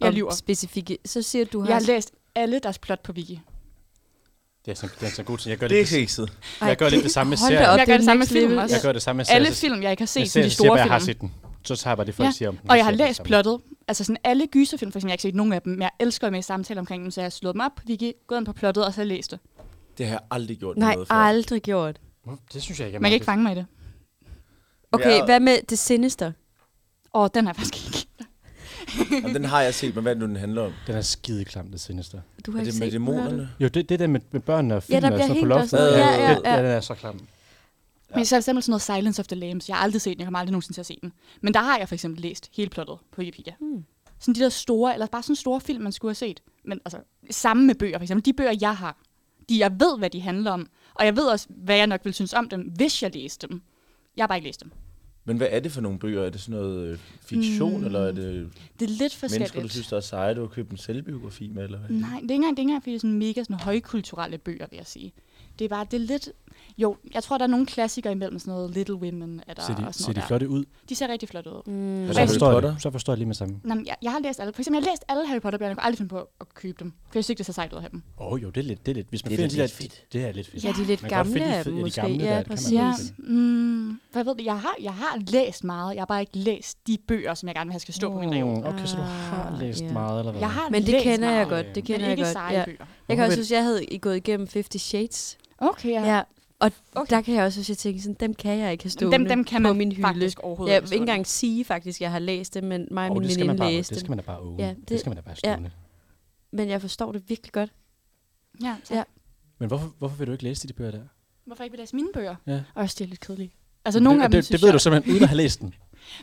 Jeg om lyver. specifikke? Så siger du, du har... Jeg har læst alle deres plot på Wiki. Det er så, det er så godt, så jeg gør Det det, er det, kikset. jeg gør lidt det samme med Hold da serier. op, Jeg gør det samme med next level. film også. Jeg gør det samme med serier. Alle så- film, jeg ikke har jeg set, ser, som de jeg siger, store bare, jeg har film. set den. Så tager jeg bare det, folk Ja, siger om den. og så jeg har siger det læst samme. plottet. Altså sådan alle gyserfilm, for eksempel, jeg har ikke set nogen af dem, men jeg elsker at med i samtale omkring dem, så jeg har slået dem op, vi gik gået ind på plottet, og så har jeg læst det. Det har jeg aldrig gjort Nej, noget for. aldrig gjort. Det synes jeg ikke er Man kan mærkeligt. ikke fange mig i det. Okay, Ja. hvad med det sinister? Og den har jeg faktisk ikke. Jamen, den har jeg set, men hvad er det nu, den handler om? Den er skideklam, det seneste. Du har Er ikke det med set den, har du? dæmonerne? Jo, det, det der med, med børnene og Ja, filmene der og sådan bliver noget på helt loftet. og sådan noget. Ja, ja, det- ja. den er så klam. Men så er det sådan noget Silence of the Lambs. Jeg har aldrig set den, jeg kommer aldrig nogensinde til at se den. Men der har jeg for eksempel læst hele plottet på Wikipedia. Hmm. Mm. Sådan de der store, eller bare sådan store film, man skulle have set. Men altså, samme med bøger for eksempel. De bøger, jeg har, de jeg ved, hvad de handler om. Og jeg ved også, hvad jeg nok ville synes om dem, hvis jeg læste dem. Jeg har bare ikke læst dem. Men hvad er det for nogle bøger? Er det sådan noget øh, fiktion, Mm, mm, eller er det Det er lidt mennesker, du forskelligt. synes, der er seje, du har købt en selvbiografi med? Eller hvad? Nej, det er ikke engang, det er ikke engang fordi det er sådan mega sådan højkulturelle bøger, vil jeg sige. Det er bare, det er lidt... Jo, jeg tror, der er nogle klassikere imellem, sådan noget Little Women er der, Ser de, og ser sådan de noget der. flotte ud? De ser rigtig flotte ud. Mm. Er Så det forstår, Harry jeg, Potter? det- så forstår jeg lige med samme. Nå, men jeg, jeg, har læst alle. For eksempel, jeg har læst alle Harry Potter-bøger, og jeg kunne aldrig finde på at købe dem. For jeg synes ikke, det så sejt ud at have dem. Åh oh, jo, det er lidt, det er lidt. Hvis man Det er finder de da der, lidt fedt. det er lidt fedt. Ja, de er lidt Man kan godt gamle finde de fed- af dem, ja, de måske. gamle Ja, der, det kan man præcis. godt Ja, finde. mm, for jeg ved det, jeg har, jeg har læst meget. Jeg har bare ikke læst de bøger, som jeg gerne vil have skal stå på min reol. Mm, Okay, så du har Ah, læst ja. meget, eller hvad? Jeg har Men det læst kender jeg meget, godt, det kender men jeg ikke godt. seje ja. bøger. Jeg kan også Hvorfor- synes, jeg havde i- gået igennem 50 Shades. Okay, ja. Ja. Og Okay. okay. der kan jeg også synes, jeg tænker sådan, dem kan jeg ikke have stående Dem, dem kan på man min hylde. faktisk jeg overhovedet vil ikke stå engang sige faktisk, at jeg har læst dem, men mig og Åh, min det skal man veninde bare, læste det skal dem. man da bare åbne. Ja, det, det- skal man da bare ja. stående. Men jeg forstår det virkelig godt. under. Ja, tak. Ja. Men hvorfor, hvorfor vil du ikke læse de bøger der? Hvorfor ikke vil læse mine bøger? Ja. Og også, det er lidt kedeligt. Altså, nogle det, af dem, det, synes det ved jeg, du simpelthen, uden at have læst den.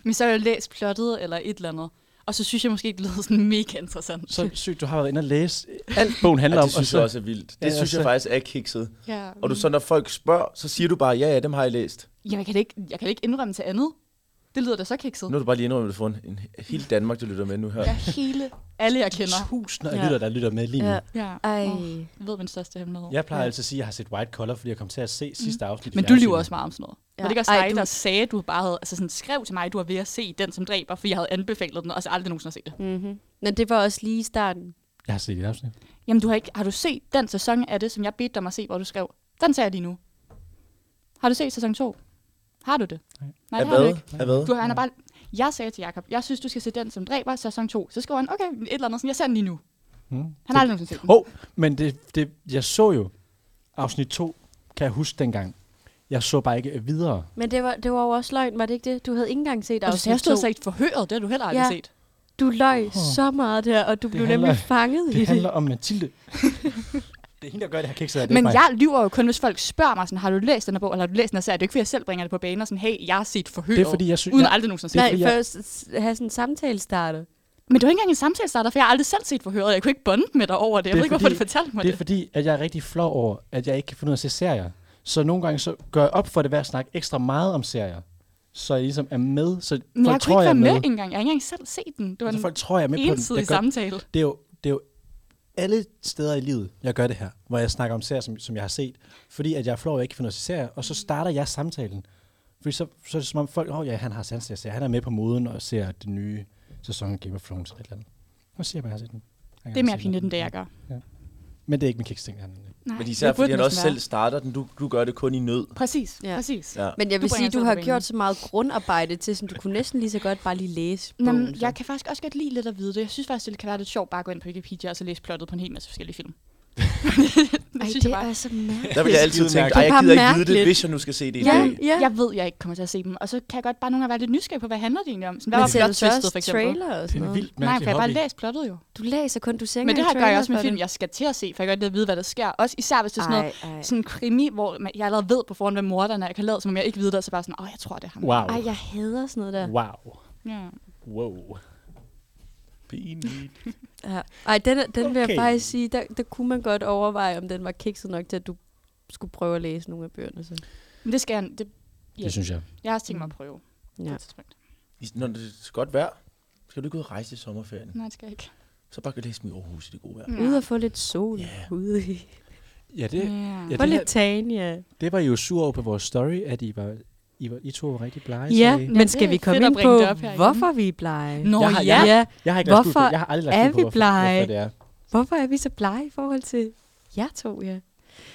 Men så har jeg læst plottet eller et eller andet. Og så synes jeg måske, det lyder sådan mega interessant. Så sygt, du har været inde og læse alt bogen handler Ja, om. det synes jeg og så- også er vildt. Det Ja, synes og jeg så- faktisk er kikset. Ja. Og du så, når folk spørger, så siger du bare, ja, ja, dem har jeg læst. Jamen, jeg kan, da ikke, jeg kan da ikke indrømme til andet. Det lyder da så kikset. Nu er du bare lige indrømmet, at du får en, en, hele Danmark, der lytter med nu her. Ja, hele, alle jeg kender. Tusinder af Ja. lytter, der lytter med lige nu. Ja. Ja, Ej. Åh, jeg ved min største hemmelighed. Jeg plejer altid at sige, at jeg har set White Collar, fordi jeg kom til at se sidste afsnit. i Men du lyver fjernsynet. også meget om sådan noget. Ja. Var Ja. det ikke også Ej, dig, du- der sagde, at du bare havde, altså sådan, skrev til mig, at du var ved at se Den, som dræber, for jeg havde anbefalet den, og så aldrig nogensinde set det. Mm-hmm. Men det var også lige i starten. Jeg har set et afsnit. Jamen, du har, ikke, har du set den sæson af det, som jeg bedte dig om at se, hvor du skrev? Den ser jeg lige nu. Har du set sæson 2? Har du det? Nej, Nej Af det har du hvad? ikke. Af hvad? Du, han er bare... Jeg sagde til Jakob, jeg synes, du skal se den, som dræber sæson 2. Så skriver han, okay, et eller andet sådan, jeg ser den lige nu. Hmm. Han har aldrig nogensinde set den. Åh, oh, men det, det, jeg så jo afsnit 2, kan jeg huske dengang. Jeg så bare ikke videre. Men det var, det var jo også løgn, var det ikke det? Du havde ikke engang set Og så afsnit jeg stod to. slet ikke forhøret, det har du heller aldrig Ja. set. Du løg så meget der, og du blev handler- nemlig fanget i Det det. handler om Mathilde. det er hende, der gør det her kikset. Men jeg lyver jo kun, hvis folk spørger mig, sådan, har du læst den her bog, eller har du læst den her serie? Det er jo ikke, fordi jeg selv bringer det på banen og sådan, hey, jeg har set forhøret, Det er fordi, jeg synes... uden jeg, aldrig nogensinde at Det er Nej, se fordi, for jeg- at s- have sådan en samtale startet. Men det var ikke engang en samtale starter, for jeg har aldrig selv set forhøret. Jeg kunne ikke bonde med dig over det. Jeg Det er ved ikke, hvorfor du fordi- fortalte mig det det. er fordi, at jeg er rigtig flov over, at jeg ikke kan finde ud af at se serier. Så nogle gange så gør jeg op for det ved at snakke ekstra meget om serier. Så jeg ligesom er med, så Men jeg folk kunne tror, ikke jeg er være med med. engang. Jeg har ikke engang selv set den. Det var Så en Altså, folk tror, jeg er med på den. ensidig Jeg gør, samtale. det, er jo, det er jo alle steder i livet, jeg gør det her, hvor jeg snakker om serier, som, som jeg har set. Fordi at jeg er flov, at jeg ikke finder serier, og så starter jeg samtalen. Fordi så, så er det som om folk, åh oh, ja, han har sans til at se, han er med på moden og ser den nye sæson af Game of Thrones eller et eller andet. Nu siger jeg bare, jeg har set den. Jeg Det er mere pinligt, end det, jeg gør. altså, Men det er ikke min kicksting, det her nemlig. Nej, Men det især burde fordi han næsten også være. selv starter den. Du, du gør det kun i nød. Præcis, Ja. præcis. Ja. Men jeg Du vil sige, bringer du selv har på banen. gjort så meget grundarbejde til, sådan du kunne næsten lige så godt bare lige læse bogen. Jamen, så. jeg kan faktisk også godt lide lidt at vide det. Jeg synes faktisk, det kan være lidt sjovt bare at gå ind på Wikipedia og så læse plottet på en hel masse forskellige film. Ej, det synes det jeg bare. er så mærkeligt. Der vil jeg altid Skidetærk. tænke, ej, Det er jeg gider bare ikke vide det, mærkeligt. hvis jeg nu skal se det i Ja, dag. ja. Jeg ved, jeg ikke kommer til at se dem, og så kan jeg godt bare nogle gange være lidt nysgerrig på, hvad handler det egentlig om? Sådan, hvad Men var ser du plot så twistet, for også eksempel? trailer og sådan Det er en noget? vildt Nej, for mærkelig jeg har bare hobby. læst plottet jo. Du læser kun, du ser ikke Men det engang her gør jeg trailer også med for film, det. jeg skal til at se, for jeg kan godt lide at vide, hvad der sker. Også især, hvis det er sådan noget, Ej, ej. sådan en krimi, hvor man, jeg allerede ved på forhånd, hvad morderen er. Jeg kan lade, som om jeg ikke ved det, og så bare sådan, åh, jeg tror, det er ham. Wow. Ej, jeg hader sådan noget der. Wow. Ja. Wow. Pinligt. Ja. Ej, den, er- den vil jeg Okay. faktisk sige, der, der kunne man godt overveje, om den var kikset nok til, at du skulle prøve at læse nogle af bøgerne. Så. Men det skal jeg, det, Ja. Det synes jeg. jeg har også tænkt mig at prøve. Ja. Mm. Ja. I- Når det er godt vejr, skal du ikke ud og rejse i sommerferien. Nej, det skal jeg ikke. Så bare gå og læse dem i Aarhus i det gode vejr. Ude og få lidt sol. Ude i. Ja, det, Ja. ja, Få det, her, lidt tanja. det var I jo sur over på vores story, at I, var, I, var, I to var rigtig blege. Ja, sagde I. men det skal er vi komme fedt at ind bringe på, det op her igen. hvorfor vi er blege? Nå, Jeg har- ja. jeg- Ja, Jeg har ikke lagt skjul Hvorfor på, jeg har aldrig er lagt skjul på, vi hvorfor, blege? hvorfor det er. hvorfor er vi så blege i forhold til jer to, ja?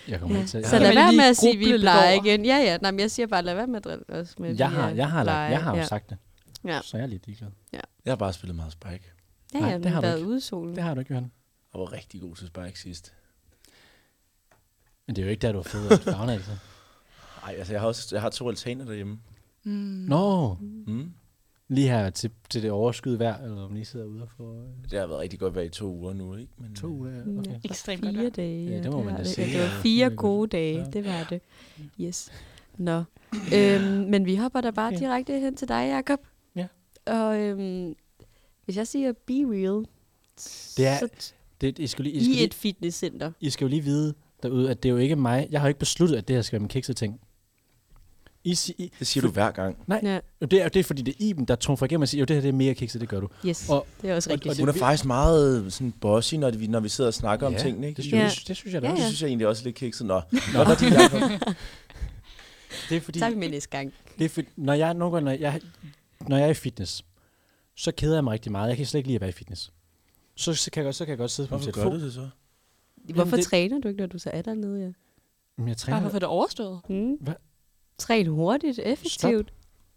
Jeg kommer ja. ikke til Så Ja. lad Kan man være lige med at sige, at vi er gruble lidt blege over? igen. Ja, ja, nej, men jeg siger bare, lad være med at drille os med, at jeg vi har, er jeg har, lagt, blege. jeg har jo ja. sagt det, Ja. så jeg er lidt ligeglad. Jeg har bare spillet meget Spike. Ja, Nej, ja, det men har du været ikke. ude i solen. Det har du ikke, Johan. Jeg var rigtig god til Spike sidst. Men det er jo ikke der, du har fået at fagne, altså. Ej, altså jeg har, også, jeg har to altaner derhjemme. Nå, Mm. lige her til, til det overskyde vejr, eller om man lige sidder ude og får øh, Det har været rigtig godt vejr i to uger nu, ikke? Men, øh, to uger. ja, Okay. Ekstremt godt. Fire vejr. dage. Ja, ja, det må man var da det. sige. Ja, det var Ja, fire det er gode godt. dage, Ja. det var det. Yes. Nå. Øhm, men vi hopper da bare Okay. direkte hen til dig, Jacob. Ja. Og øhm, hvis jeg siger be real, Det er- så Det, I, skal lige, I, skal i lige, et fitnesscenter. I skal jo lige vide derude, at det er jo ikke mig. Jeg har jo ikke besluttet, at det her skal være min kiksede ting. I, si- I, Det siger du hver gang. Ja. det, er, det er fordi, det er Iben, der trumfer igennem og siger, jo det her det er mega kikset, det gør du. Yes, Og- og, det er også og- rigtigt. og Hun er faktisk meget øh, sådan bossy, når vi, når vi sidder og snakker om Ja, tingene, ikke? Det, Det synes, ja. Ja. det, det synes jeg da Ja, også. det synes jeg egentlig også er lidt kikset. Nå, Nå, det, det er det fordi, tager vi med næste gang. det er fordi når, jeg, nogle gange, når, jeg, når jeg er i fitness, så keder jeg mig rigtig meget. Jeg kan slet ikke lide at være i fitness. Så, så, kan, jeg godt, så kan jeg godt sidde på min hvorfor gør du telefon. det så? Hvorfor det- træner du ikke, når du så er dernede? Ja? Men jeg Ej, træner. hvorfor er det overstået? Mm. Hva? Træn hurtigt, effektivt.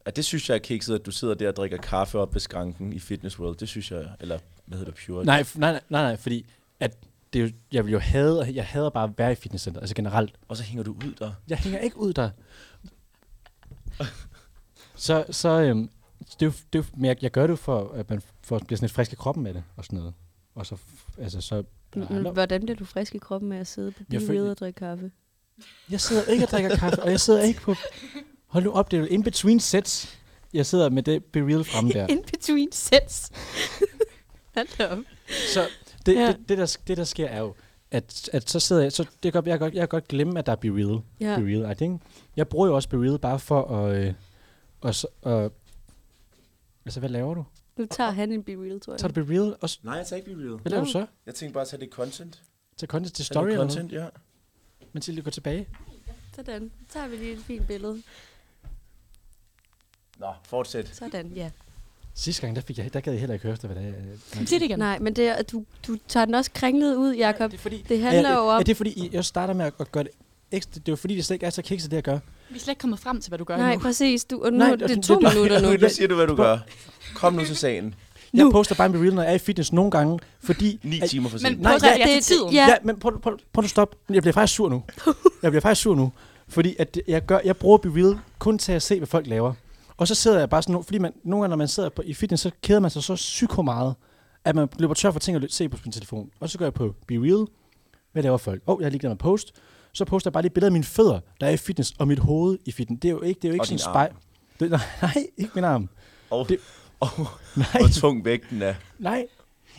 Ja, det synes jeg er kikset, at du sidder der og drikker kaffe op ved skranken i Fitness World. Det synes jeg, eller hvad hedder det, Pure? Nej, f- nej, nej, nej, nej, fordi at det er jo, jeg vil jo hade, jeg hader bare at være i fitnesscenter, altså generelt. Og så hænger du ud der. Jeg hænger ikke ud der. Så, så øhm, det er jo, det er jo, men jeg, jeg gør det jo for, at man får, bliver sådan lidt frisk i kroppen med det, og sådan noget. Og så, f- altså, så Mm. Hvordan bliver du frisk i kroppen med at sidde på be Jeg real føler- og drikke kaffe? Jeg sidder ikke og drikker kaffe, og jeg sidder ikke på... Hold nu op, det er jo in between sets. Jeg sidder med det be real fremme der. In between sets. Hold da op. Så det, Ja. ja. det, det, der, det, der sker, er jo, at, at så sidder jeg... Så det kan, jeg, kan godt, jeg kan godt glemme, at der er be real. Ja. Ja. Be real, I think. Jeg bruger jo også be real bare for at... Øh, og så, og, altså, hvad laver du? Nu tager han en be real, tror jeg. Tager du be real? Og, s- Nej, jeg tager ikke Be Real. hvad laver Nå. du så? Jeg tænkte bare at tage det content. Tag content til Tag story det eller noget? content, ja. Mathilde, gå tilbage. Sådan. Nu tager vi lige et fint billede. Nå, fortsæt. Sådan, ja. Sidste gang, der, fik jeg, der gad jeg heller ikke høre efter, hvad det er. øh, Sig det igen. Nej, men det er, du, du tager den også kringlet ud, Jakob. Det er fordi, Det handler er, jo om... Er det fordi, I- jeg starter med at at gøre det ekstra? Det er jo fordi, det slet ikke er så kikset, det jeg gør. Vi er slet ikke kommet frem til, hvad du gør Nej, endnu. præcis. Du, og nu, Nej, Nej, det- det er det- to det- minutter nu. Nu siger du, hvad du gør. Kom nu til sagen. Jeg poster bare en reel, når jeg er i fitness nogle gange, fordi... 9 at- timer for sent. Men- Prøv at ja, tage jer til tiden. Ja, Ja, men prøv, prøv, prøv, at stoppe. Jeg bliver faktisk sur nu. Jeg bliver faktisk sur nu, Fordi at det- jeg, gør, jeg bruger BeReal kun til at se, hvad folk laver. Og så sidder jeg bare sådan, no- fordi man, nogle gange, når man sidder på, i fitness, så keder man sig så psyko meget, at man løber tør for ting at lø- se på sin telefon. Og så går jeg på BeReal. Hvad laver folk? Åh, oh, jeg har lige glemt at post. Så poster jeg bare lige billeder af mine fødder, der er i fitness, og mit hoved i fitness. Det er jo ikke, det er jo ikke Og sådan din spejl. Det- Nej, nej, ikke min arm. Og, Det- det... og Nej. hvor tung vægten er. Nej.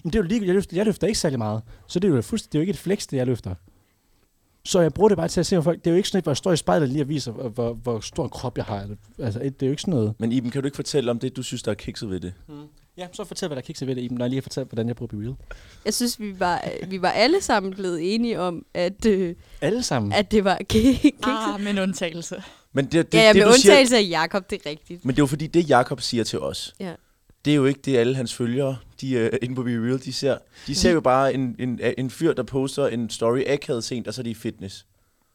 Men det er jo ligegyldigt. Jeg løfter, jeg løfter ikke særlig meget. Så det er jo fuldstændig det er jo ikke et flex, det jeg løfter. Så jeg bruger det bare til at se, hvor folk... Det er jo ikke sådan, at jeg står i spejlet lige og viser, hvor, hvor, hvor stor en krop jeg har. Altså, det er jo ikke sådan noget... Men Iben, kan du ikke fortælle om det, du synes, der er kikset ved det? Ja, så fortæl, hvad der kikser ved det, Iben, når jeg lige har fortalt, hvordan jeg bruger BeReal. Jeg synes, vi var, vi var alle sammen blevet enige om, at, øh, Alle sammen. at det var kikset. Ah, men undtagelse. Men det, det, Ja, ja, det, med du siger, undtagelse af Jakob, det er rigtigt. men det er jo fordi, det Jakob siger til os, Ja. det er jo ikke det, alle hans følgere de, uh, inde på BeReal, de ser. De ser jo bare en, en, øh, en fyr, der poster en story akavet sent, og så er de i fitness.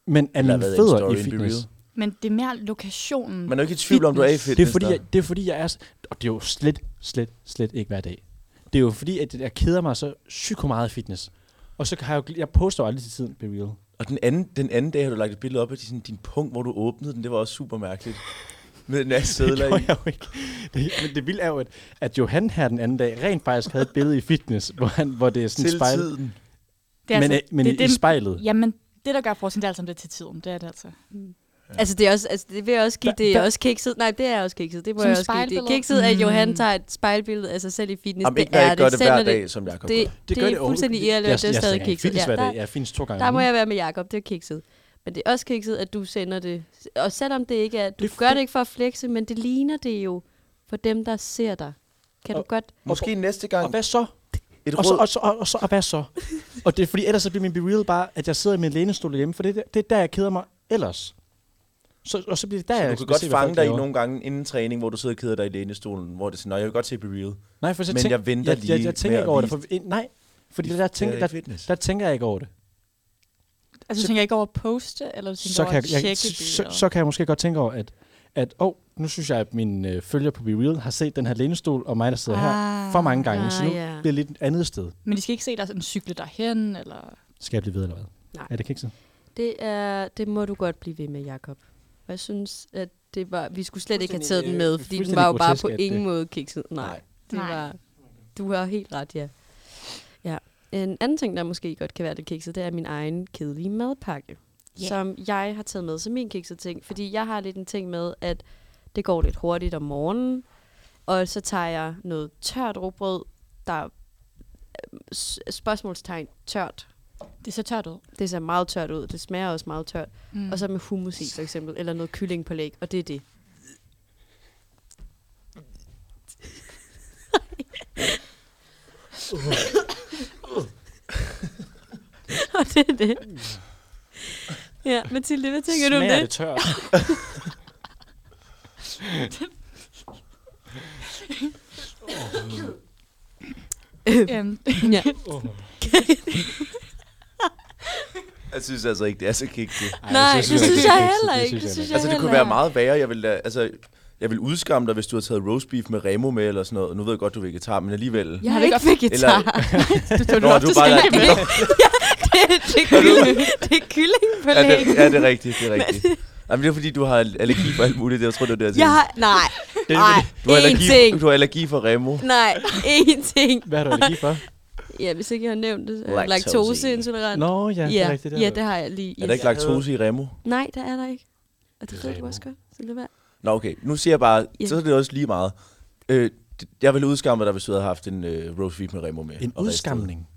Men er Eller mine hvad, en fødder story i in fitness? BeReal? Men det er mere lokationen. Man er jo ikke i tvivl om, du er i fitness. Det er, fordi, der. jeg, det er fordi, jeg er... s- Og det er jo slet, slet, slet ikke hver dag. Det er jo fordi, at jeg keder mig så psyko meget i fitness. Og så har jeg jo... gl- Jeg poster jo aldrig til tiden BeReal. Og den anden, den anden dag har du lagt et billede op af din, din punkt, hvor du åbnede den. Det var også super mærkeligt. Med en masse Det sædler gjorde i. jeg jo ikke. Det, men det vilde er jo, at, at Johan her den anden dag rent faktisk havde et billede i fitness, hvor, han, hvor det er sådan et Til spejl. tiden. det er men øh, altså, men det, det, er i spejlet. Jamen, det, der gør forskellen, det er altså, om det er til tiden. Det er det altså. Altså, det, er også, altså, det vil jeg også give, Da- det er da- også kikset. Nej, det er også kikset. Det må Som jeg også give. Det er spejlbillede. kikset, at Johan Mm. tager et spejlbillede af sig selv i fitness. Jamen, ikke, når jeg ikke gør det Selv hver når dag, som Jacob Det, gør. det, det er fuldstændig irrelevant, det er stadig kikset. Ja, Ja, der, der, jeg findes to gange. der må jeg være med Jakob, det er kikset. Men det er også kikset, at du sender det. Og selvom det ikke er, du Det er det, gør fu- det ikke for at flexe, men det ligner det jo for dem, der ser dig. Kan du Og- godt? Måske næste Og gang hvad så? et Og så, råd. og, så, og, og, så, og hvad så? og det er fordi, ellers så bliver min BeReal bare, at jeg sidder i min lænestol hjemme, for det, er der- det er der, jeg keder mig ellers. Så, og så bliver det der, Du jeg kan skal godt se, hvad fange folk dig i laver. nogle gange inden træning, hvor du sidder og keder dig i lænestolen, hvor det er sådan, "Nå, jeg vil godt se BeReal. Nej, for så Men tænk, jeg venter jeg, jeg, lige jeg tænker med at ikke over det. For, nej, fordi der, Det er tænker, ikke der, fitness. der tænker jeg ikke over det. Altså, du tænker ikke over at poste, eller du tænker så over kan, at jeg, tjekke jeg, så, så kan jeg måske godt tænke over, at, at oh, nu synes jeg, at mine øh, følgere på BeReal har set den her lænestol, og mig, der sidder her, for mange gange, så ah, nu ja. bliver det lidt et andet sted. Men de skal ikke se, der er sådan en cykle derhen, eller... Skal jeg blive ved, eller hvad? Nej. Er det kikset? Det, er, det må du godt blive ved med, Jakob. Og jeg synes, at det var, vi skulle slet ikke have taget den Fuldstændig, med, øh, fordi den fuldstændig var jo bare grotesk, på at ingen det- måde kikset. Nej, Nej. det Nej. var... Du har helt ret, ja. ja. En anden ting, der måske godt kan være lidt kikset, det er min egen kedelige madpakke, Ja. yeah. som jeg har taget med som min kiksede ting. Fordi jeg har lidt en ting med, at det går lidt hurtigt om morgenen, og så tager jeg noget tørt rugbrød, der er øh, s- spørgsmålstegn tørt. Det ser tørt ud. Det ser meget tørt ud, det smager også meget tørt. Mm. Og så med hummus i, for eksempel, eller noget kylling på læg, og det er det. og det er det. Ja, Mathilde, hvad tænker du om Smager det? tørt? Øhm, ja. Jeg synes altså ikke, det er så kikset. Ej, Nej, det jeg synes ikke er jeg kikset. heller ikke. Det synes jeg Altså, det kunne heller være ikke. meget værre. Jeg vil, altså, jeg vil udskamme dig, hvis du har taget roast beef med Remo med, eller sådan noget. Nu ved jeg godt, du er vegetar, men alligevel. Jeg er ikke vegetar. du tog Nå, det op du til er bare skænke med. det, er- det, er kylling, det er kylling på Ja, læg. det, ja, det er rigtigt, det er rigtigt. Jamen, det er fordi, du har allergi for alt muligt. Jeg tror, det er der til. Jeg har, nej, nej, du har, én allergi, ting. du har allergi for Remo. Nej, én ting. Hvad har du allergi for? Ja, hvis ikke jeg har nævnt det. Laktose. Laktose. Laktoseintolerant. Nå, ja, ja, det er rigtigt. ja, det har jeg lige. Yes. Er der ikke laktose i Remo? Nej, der er der ikke. Og det ved du Remo. også godt. Så lad være. Nå, okay. Nu siger jeg bare, Ja. så er det også lige meget. Øh, det- jeg vil udskamme dig, hvis du havde haft en øh, roast beef med Remo med. En og ristet. udskamning.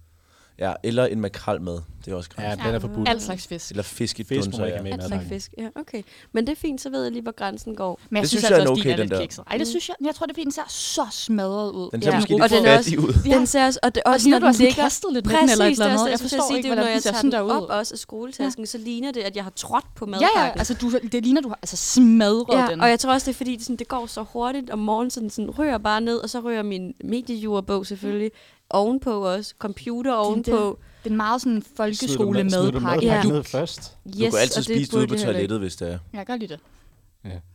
Ja, eller en makrel med. Det er også Ja, grænsen. den er forbudt. Alt slags fisk. Eller fisk i Fisk må dunser, man ja. ikke have med i Alt slags madpakken. fisk. Ja, okay. Men det er fint, så ved jeg lige, hvor grænsen går. Men jeg Det synes, synes jeg altså er også, okay, din er den lidt der. kikset. Ej, det synes jeg. Jeg tror, det er, fordi den ser så smadret ud. Den ser Ja. måske lidt Og den er også- fattig ud. Ja. Den ser også, og det er Og også, ligner, når du har den sådan ligger... kastet lidt med den, eller et eller andet. det, Jeg skulle forstår sige, ikke, det er jo, hvordan når den jeg ser tager sådan den der op ud. også af skoletasken, så ligner det, at jeg har trådt på Ja, madpakken. ja, altså du, det ligner, du har altså smadret Ja, den. og jeg tror også, det er fordi, det, sådan, det går så hurtigt om morgenen, så den sådan, ryger bare ned, og så ryger min mediejurabog selvfølgelig ovenpå også, computer ovenpå. Det er en meget sådan folkeskole madpakke. madpakken Ja. Ja. ned først? Yes, Du kan altid og det spise det burde ude på jeg heller ikke. toilettet, hvis det er. Jeg kan godt lide det.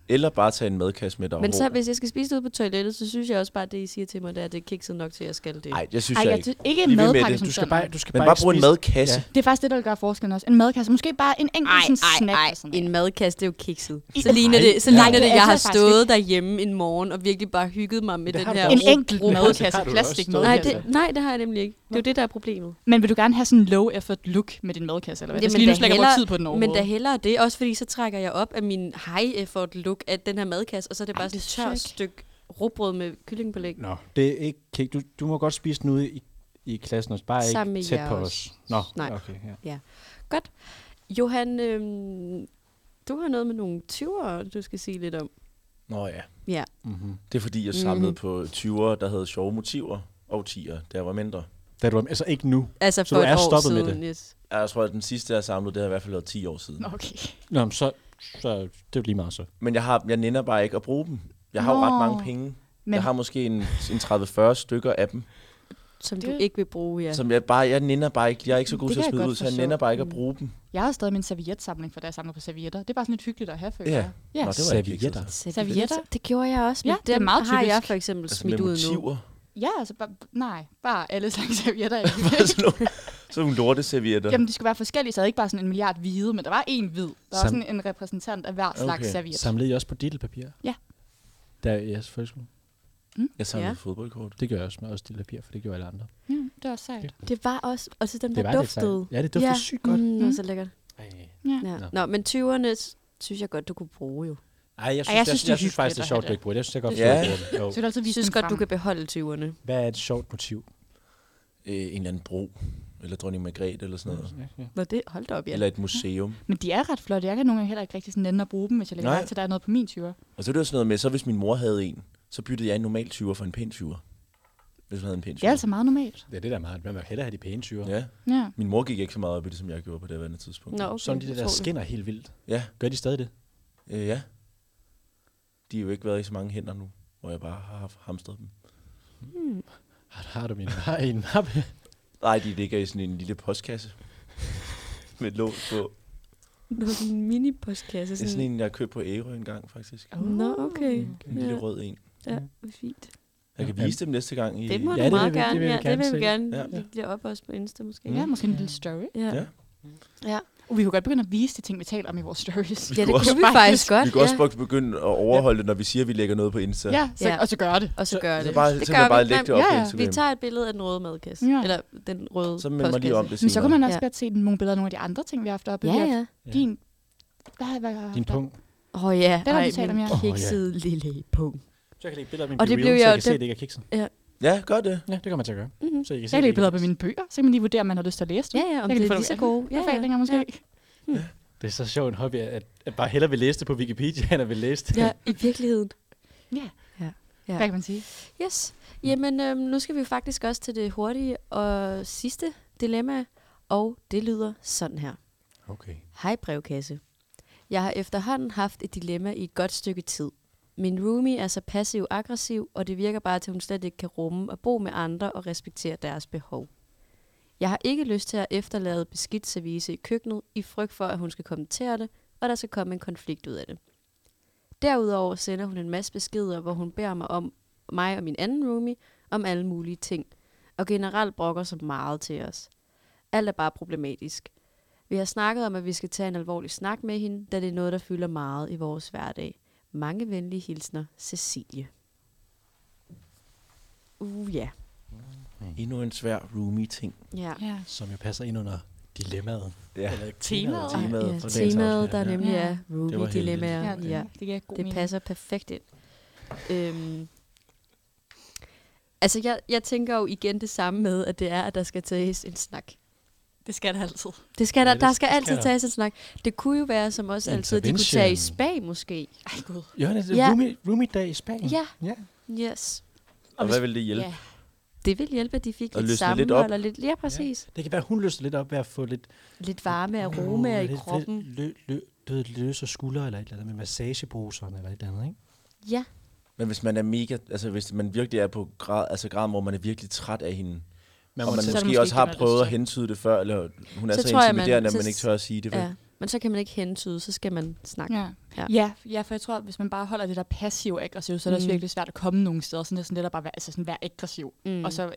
Eller bare tage en madkasse med dig Men så, hvis jeg skal spise det ude på toilettet, så synes jeg også bare, at det, I siger til mig, det er, at det er kikset nok til, at jeg skal det. Nej, det synes Ej, jeg jeg ikke. synes ikke en Bliv ved med madpakke det. som Du skal sådan. bare, du skal Men bare, bare ikke brug en spise- madkasse. Det er faktisk det, der vil gøre forskellen også. En madkasse. Måske bare en enkelt sådan snack. eller sådan noget. en madkasse, det er jo kikset. I- Så ligner det, så Nej, ligner det det, er jeg har det faktisk stået derhjemme en morgen og virkelig bare hygget mig med Det den har du her... da også. En enkelt Brug- madkasse. har du da også Plastik stået Nej her. madkasse. det, nej, det har jeg nemlig ikke. Det er jo det, der er problemet. Men vil du gerne have sådan en low effort look med din madkasse, eller hvad? Jamen, Jamen, skal lige Altså, nu slet da ikke bruge hellere- tid på den Men da overhovedet. hellere det, også fordi så trækker jeg op af min high effort look af den her madkasse, og så er det Ej, bare det sådan et synes jeg tørt ikke. stykke rugbrød med kyllingbelæg. Nå, det er ikke kæk. Du, du må godt spise den ude i, i klassen også. Bare Sammen med ikke tæt jer på også. os. Nå, Nej. okay. Ja. Johan, øhm, du har noget med nogle 20'ere, du skal sige lidt om. Nå ja. Ja. Mm-hmm. Det er fordi, jeg samlede på 20'ere, der havde sjove motiver, og 10'ere, da jeg var mindre. Da du, altså ikke nu. Altså Så for du et er år stoppet med siden. det? Yes. Jeg tror, at den sidste, jeg samlede, det har i hvert fald været 10 år siden. Nå, okay. Nå, men så, så det er jo lige meget så. Men jeg, har, jeg nænner bare ikke at bruge dem. Jeg har jo Nå. ret mange penge. Men. Men- Jeg har måske en, en 30-40 stykker af dem, Som du Det- ikke vil bruge, ja. ja. som jeg bare, jeg nænner bare ikke, jeg er ikke så god Det til at kan jeg smide godt ud, så jeg forstå. nænner bare ikke at Mm. bruge dem. Jeg har stadig min servietsamling, for da jeg samlede på servietter. Det er bare sådan lidt hyggeligt at have, føler Ja. jeg. Ja. Nå, det var ikke Servietter. kikset. Servietter? Det gjorde jeg også, men Ja, det er dem meget har jeg typisk. for eksempel Altså med smidt ud nu. motiver. Ja, altså bare, nej, bare alle slags servietter. jeg fik. Bare sådan nogle- sådan nogle lorteservietter. Jamen, de skulle være forskellige, så jeg havde ikke bare sådan en milliard hvide, men der var en hvid. Der var Sam- sådan en repræsentant af hver slags Okay. serviet. Samlede I også på dittelpapir? Ja. Der, ja, selvfølgelig. Jeg samlede Ja. fodboldkort. Det gør jeg også med også dittelpapir, for det gjorde alle andre. Ja, Mm, det var sejt. Det var også, og så den Det der var lidt sejt. duftede. Ja, det duftede sygt godt. Mm, mm. så lækkert. Ej. Ja. Nå. Nå, men 20'erne s- synes jeg godt, du kunne bruge jo. Ej, jeg synes, jeg jeg, synes, synes, det er jeg, jeg synes hyggeligt faktisk, det at er have sjovt, det. du ikke bruger det. Jeg synes, jeg godt Ja. forstår Så vil du altid Jeg vise synes den godt, du frem. kan beholde 20'erne. Hvad er et sjovt motiv? Øh, en eller anden bro, eller dronning Margrethe, eller sådan noget. Nå, det holdt op, ja. Eller et museum. Men de er ret flotte. Jeg kan nogle gange heller ikke rigtig sådan nænde at bruge dem, hvis jeg lægger Nej. mærke til, at der er noget på min tyre. Og så er det jo sådan noget med, så hvis min mor havde en, så byttede jeg en normal 20'er for en pæn 20'er. Hvis hun havde en pæn 20'er. Det er altså meget normalt. Det er det, der er meget. Man vil hellere have de pæne tyre. Ja. Ja. Min mor gik ikke så meget op i det, som jeg gjorde på det andet tidspunkt. Nå, okay. Sådan de der, der forstår det. skinner helt vildt. Ja, Gør de stadig det? øh, ja. De har jo ikke været i så mange hænder nu, hvor jeg bare har haft hamstret dem. Har, har du min har I en mappe? Nej, de ligger i sådan en lille postkasse. med et låg på. Nå, sådan en mini-postkasse. Det er sådan en, jeg købte på Ærø engang, faktisk. Nå, okay. En lille rød en. Ja, det er fint. Jeg kan Mm. Ja. vise dem næste gang. I, Det Ja, må ja, du det vil meget vi- det gerne. vil vi ja, det gerne vil vi se. Mm. gerne Ja. lægge ja. op også på Insta måske. Ja, måske en lille story. Ja. Ja. Ja. Uh, vi kunne godt begynde at vise de ting, vi taler om i vores stories. ja, det kunne kunne vi også- faktisk godt. vi kan også ja. ja. begynde at overholde det, når vi siger, at vi lægger noget på Insta. Ja, så, Ja. og så gør det. Og så gør det. Så bare, det så kan jeg bare vi. lægge det op Ja, ja, ja. ja. på Nej, vi Instagram. tager et billede af den røde madkasse. Ja. Eller den røde Så minder mig lige om det Men senere. så kunne man også Ja. godt se den- nogle billeder af nogle af de andre ting, vi har haft oppe. Ja, Vi har- ja. Din... Hvad, hvad, hvad, Din pung. Åh oh, ja, Den har vi ej, talt om, min ja. Åh, ja. kiksede lille punkt. Så jeg kan lægge billeder af min Og og det det blev reel, så jeg- jeg kan se, det- at det ikke er kiksen. Ja, gør det. Ja, det kan man til at gøre. Mhm. Så I kan se, at Jeg lægger det billeder ikke på er mine bøger, så kan man lige vurdere, om man har lyst til at læse dem. Ja, ja, om Jeg Mm-hmm. kan det lige få er dem lige så af. gode. Ja, ja. Befalinger måske. kiksen. Det er så sjovt en hobby, at, at bare hellere vil læse det på Wikipedia, end at vil læse det. ja, i virkeligheden. Ja. Ja. Ja. Hvad kan man sige? Yes. Jamen, øhm, nu skal vi faktisk også til det hurtige og sidste dilemma, og det lyder sådan her. Okay. Hej brevkasse. Jeg har efterhånden haft et dilemma i et godt stykke tid. Min roomie er så passiv-aggressiv, og det virker bare til, at hun slet ikke kan rumme at bo med andre og respektere deres behov. Jeg har ikke lyst til at efterlade beskidt service i køkkenet i frygt for, at hun skal kommentere det, og der skal komme en konflikt ud af det. Derudover sender hun en masse beskeder, hvor hun beder mig om mig og min anden roomie om alle mulige ting, og generelt brokker sig meget til os. Alt er bare problematisk. Vi har snakket om, at vi skal tage en alvorlig snak med hende, da det er noget, der fylder meget i vores hverdag. Mange venlige hilsner, Cecilie. Uh, ja. Endnu en svær roomie-ting. Ja. Ja. Som jo passer ind under dilemmaet. Ja. Eller Temaet. Temaet. Temaet ja, for dagens temaet afsnit, der ja. nemlig Ja. er Det var Ruby-dilemmaer. ja, Ja, det, Ja, det giver god det mening. passer perfekt ind. Øhm. Altså, jeg, jeg tænker jo igen det samme med, at det er, at der skal tages en snak. Det skal det altid. Det skal Ja, der, det- der skal det skal altid der. tages en snak. Det kunne jo være, som også altid, de kunne tage i spa måske. Ej, gud. Johannes, det er Ja. roomie, roomie dag i Spanien. Ja. ja. Yes. Og hvad vil det hjælpe? Det ville hjælpe, at de fik Og lidt løsne lidt sammenhold op. og lidt, ja, præcis. Det kan være, hun løsner lidt op ved at få lidt... Ja. Lidt varme aromaer i lidt- kroppen. Lidt, lø, lø, du ved, løse skuldre eller et eller andet med massagebruserne eller et eller andet, ikke? Ja, Men hvis man er mega, altså hvis man virkelig er på grad, altså grad, hvor man er virkelig træt af hende, man og må man måske, tage- Så er det måske måske også ikke det, man har har prøvet lyst at til. hentyde det før, eller hun er Så så, tror jeg, man- intimiderende, at så- man ikke tør at sige det. vel? ja. Men så kan man ikke hentyde, så skal man snakke. Ja. Ja. Ja. Ja, ja, for jeg tror, at hvis man bare holder det der passiv aggressiv, så er det også Mm. virkelig svært at komme nogen steder. Sådan, det er sådan lidt at bare være, altså sådan være aggressiv, Mm. mm. og så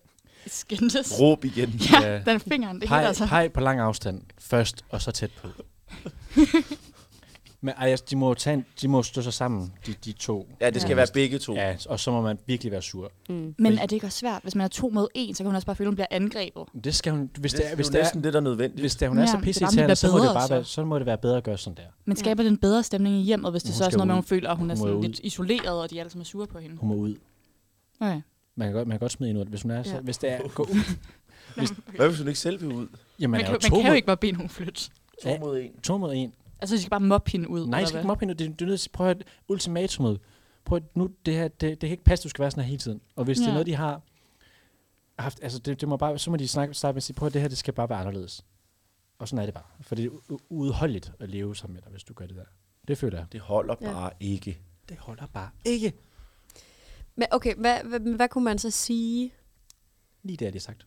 skændes. Råb igen. Ja, den fingeren, det peg, hele altså. peg på lang afstand først, og så tæt på. Men ej, altså, de må, jo tage en, de må stå sig sammen, de, de to. Ja, det skal være begge to. Ja, og så må man virkelig være sur. Men er det ikke også svært, hvis man er to mod en, så kan hun også bare føle, at hun bliver angrebet. Det skal hun, hvis Det, det, er, hvis det det er næsten er, det, der er nødvendigt. hvis det er, hun er Ja, så det er bare, man pisseirriterende, bliver så, må det bedre, altså. bare så. være, så må det være bedre at gøre sådan der. Men skaber det en bedre stemning i hjemmet, hvis det Hun så er skal sådan noget med, ud. at hun føler, at hun er Hun må sådan ud. lidt isoleret, og de alle sammen er sure på hende? Hun må ud. Okay. Man kan godt, man kan godt smide en ud, hvis hun er så, Ja. hvis det er, gå ud. Hvad hvis hun ikke selv vil ud? Jamen, Man, er kan, jo man to kan jo mod- ikke bare bede nogen flytte. To Ja. mod en. To mod en. Altså, de skal bare mobbe hende ud. Nej, eller jeg skal hvad? ikke mobbe hende. Det- Du er nødt til at prøve et ultimatum. Prøv at, nu, det her, det, det kan ikke passe, du skal være sådan her hele tiden. Og hvis ja. det er Ja. noget, de har haft, altså det, det må bare, så må de snakke, starte med at sige, prøv at det her, det skal bare være anderledes. Og sådan er det bare. For det er u- u- uudholdeligt at leve sammen med dig, hvis du gør det der. Det føler jeg. Det holder Ja. bare ikke. Det holder bare ikke. Men okay, hvad, hvad, hvad kunne man så sige? Lige det har de sagt.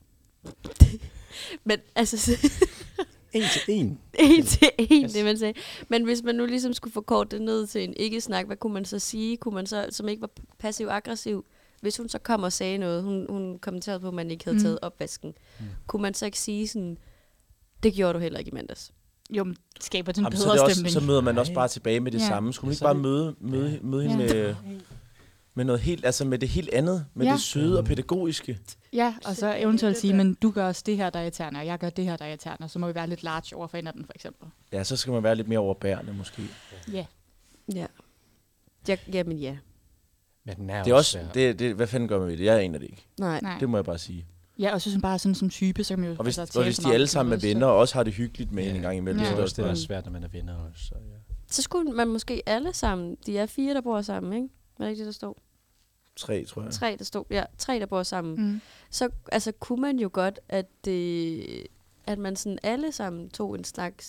Men altså, En til en. en til en, Yes. det man sagde. Men hvis man nu ligesom skulle forkorte det ned til en ikke-snak, hvad kunne man så sige, kunne man så, som ikke var passiv-aggressiv? Hvis hun så kom og sagde noget, hun, hun kommenterede på, at man ikke havde Mm. taget opvasken, Mm. kunne man så ikke sige sådan, det gjorde du heller ikke i mandags? Jo, men skaber den Jamen, så, er bedre det også, stemning? så møder man også Nej. bare tilbage med det Ja. samme. Skulle man ikke Så er bare møde, møde, møde hende med, med noget helt, altså med det helt andet, med Ja. det søde og pædagogiske? Ja, og så eventuelt sige, men du gør også det her, der er irriterende, og jeg gør det her, der er irriterende, og så må vi være lidt large over for hinanden, for eksempel. Ja, så skal man være lidt mere overbærende måske. Ja. Ja. ja jamen ja. Men den er, Det er også, svær. det, det, hvad fanden gør man ved det? Jeg aner det ikke. Nej. Nej. Det må jeg bare sige. Ja, og så synes jeg bare sådan som type, så kan man jo Og hvis, altså, og hvis så de meget alle om sammen er det, så- venner og også har det hyggeligt med Ja. en gang imellem, Ja. så er Det er det også det, der er også svært, når man er venner også. Så, ja. Så skulle man måske alle sammen, de er fire, der bor sammen, ikke? Var det ikke det, der stod? tre, tror jeg. Tre, der stod, ja, tre, der bor sammen. Mm. så altså, kunne man jo godt, at, øh, at man sådan alle sammen tog en slags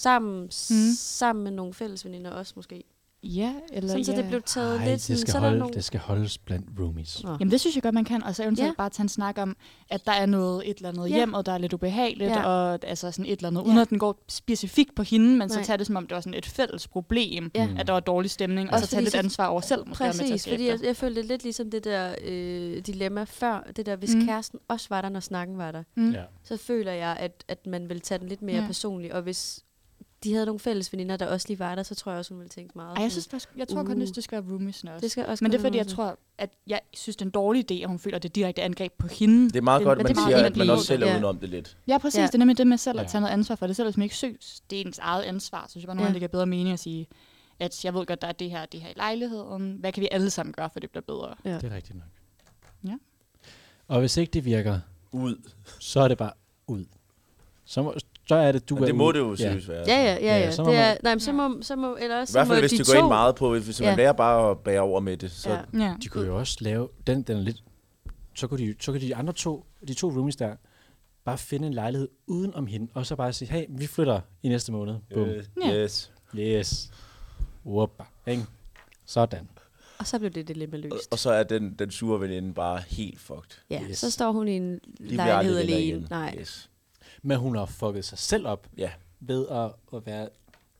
sammen, mm. Mm. sammen med nogle fælles veninder også måske. Ja, eller ja. Sådan, så det blev taget Ej, lidt det sådan, skal, så er der holde, nogle... det skal holdes blandt roomies. Nå. Jamen det synes jeg godt, man kan, og så eventuelt Ja. ja. bare tage en snak om, at der er noget et eller andet Ja. ja. hjemmet, der er lidt ubehageligt, Ja. ja. og altså sådan et eller andet, Ja. uden at den går specifikt på hende, men Nej. så tager det som om, det var sådan et fælles problem, Ja. ja. at der var dårlig stemning, og Også så tage fordi lidt så- ansvar over selv, måske være med til at Præcis, skabe fordi det. jeg, jeg følte det lidt ligesom det der øh, dilemma før, det der, hvis mm. Mm. kæresten også var der, når snakken var der, Mm. Ja. så føler jeg, at, at man ville tage den lidt mere ja. Ja. personligt, og hvis de havde nogle fælles veninder, der også lige var der, så tror jeg også, hun ville tænke meget. Ej, jeg, sådan, synes, faktisk- jeg tror kun, Uh. at det skal være roomies også. det skal også Men det er godt fordi, være jeg sådan. tror, at jeg synes, det er en dårlig idé, at hun føler, at det er direkte angreb på hende. Det er meget Det- godt, men at man det er siger, meget at man enkelt. også selv er Ja. udenom det lidt. Ja, præcis. Ja. Ja. Det er nemlig det med selv at Ja. tage noget ansvar for det, selv hvis man ikke synes. Det er ens eget ansvar, så synes jeg bare, nogle Ja. gange, det giver bedre mening at sige, at jeg ved godt, der er det her og det her i lejligheden. Hvad kan vi alle sammen gøre, for det bliver bedre? Ja. Det er rigtigt nok. Ja. Og hvis ikke det virker, Ud. så er det bare ud. Så, må, så er det, du Men er det må ude. det jo ja. seriøst være. Ja, ja, ja, ja. Ja, så må det er, man- nej, men så må, så må, eller også, I hvert så må fald, hvis de det går ind to- meget på, hvis man Ja. lærer bare at bære over med det, så Ja. Ja. De kunne jo også lave, den, den er lidt, så kunne, de, så kunne de andre to, de to roomies der, bare finde en lejlighed uden om hende, og så bare sige, hey, vi flytter i næste måned. Boom. Øh, Ja. Yes. Yes. Whoppa. Ikke? Sådan. Og så blev det dilemma Og- løst. Og så er den, den sure veninde bare helt fucked. Ja, yes. Yes. så står hun i en De bliver aldrig lejlighed venner alene. igen. Nej. Yes. Yes. Men hun har fucket sig selv op Ja. ved at, at være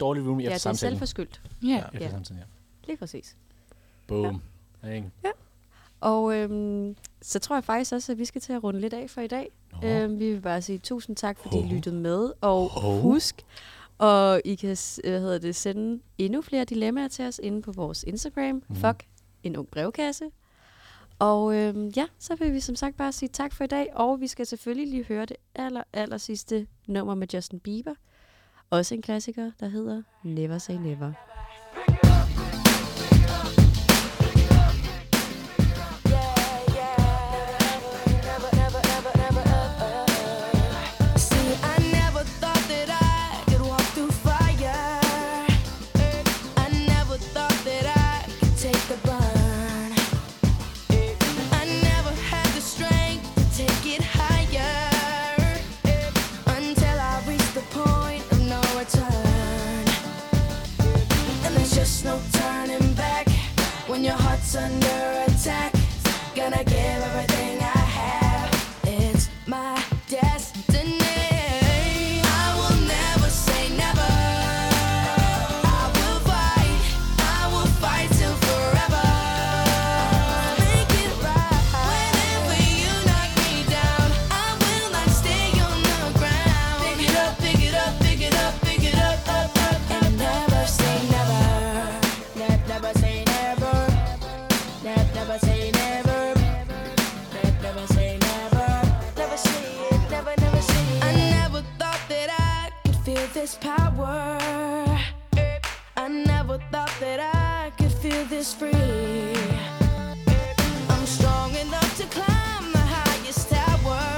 dårlig roomie Ja, efter det er samtalen. selvforskyldt. ja. Efter Ja. samtalen, ja. Lige præcis. Boom. Ja. Ikke? Og øhm, så tror jeg faktisk også, at vi skal til at runde lidt af for i dag. Nå. Øhm, vi vil bare sige tusind tak, fordi I Hov. lyttede med. Og Hov. husk, og I kan s- hvad hedder det, sende endnu flere dilemmaer til os inde på vores Instagram. Mm. Fuck en ung brevkasse. Og øhm, ja, så vil vi som sagt bare sige tak for i dag. Og vi skal selvfølgelig lige høre det aller, aller sidste nummer med Justin Bieber. Også en klassiker, der hedder Never Say Never. See, I never thought that I could walk through fire. I never thought that I could take the burn. I never had the strength to take it higher until I reached the point of no return. And there's just no turning back when your heart's under attack. Gonna give everything I have. It's my destiny. I will never say never. never say never. Ne- Never say never. Never say it. Never, never say it. I never thought that I could feel this power. I never thought that I could feel this free. I'm strong enough to climb the highest tower.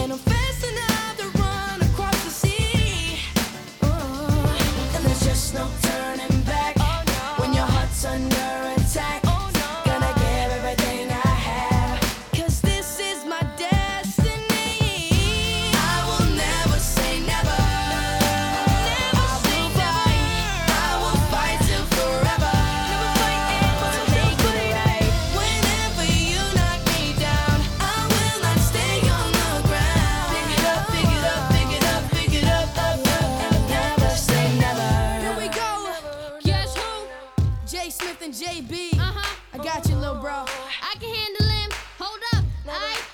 And I'm fast enough to run across the sea. Uh, And there's just no turning back. When your heart's under attack, gonna give everything I have. Cause this is my destiny. I will never say never. Never say never. I will fight till forever. To make it right. Whenever you knock me down, I will not stay on the ground. Pick it up, pick it up, pick it up, pick it up, up, up, and never say never. Here we go. Guess who? J. Smith and JB. Uh-huh. I got you, little bro. I can handle him. Hold up. I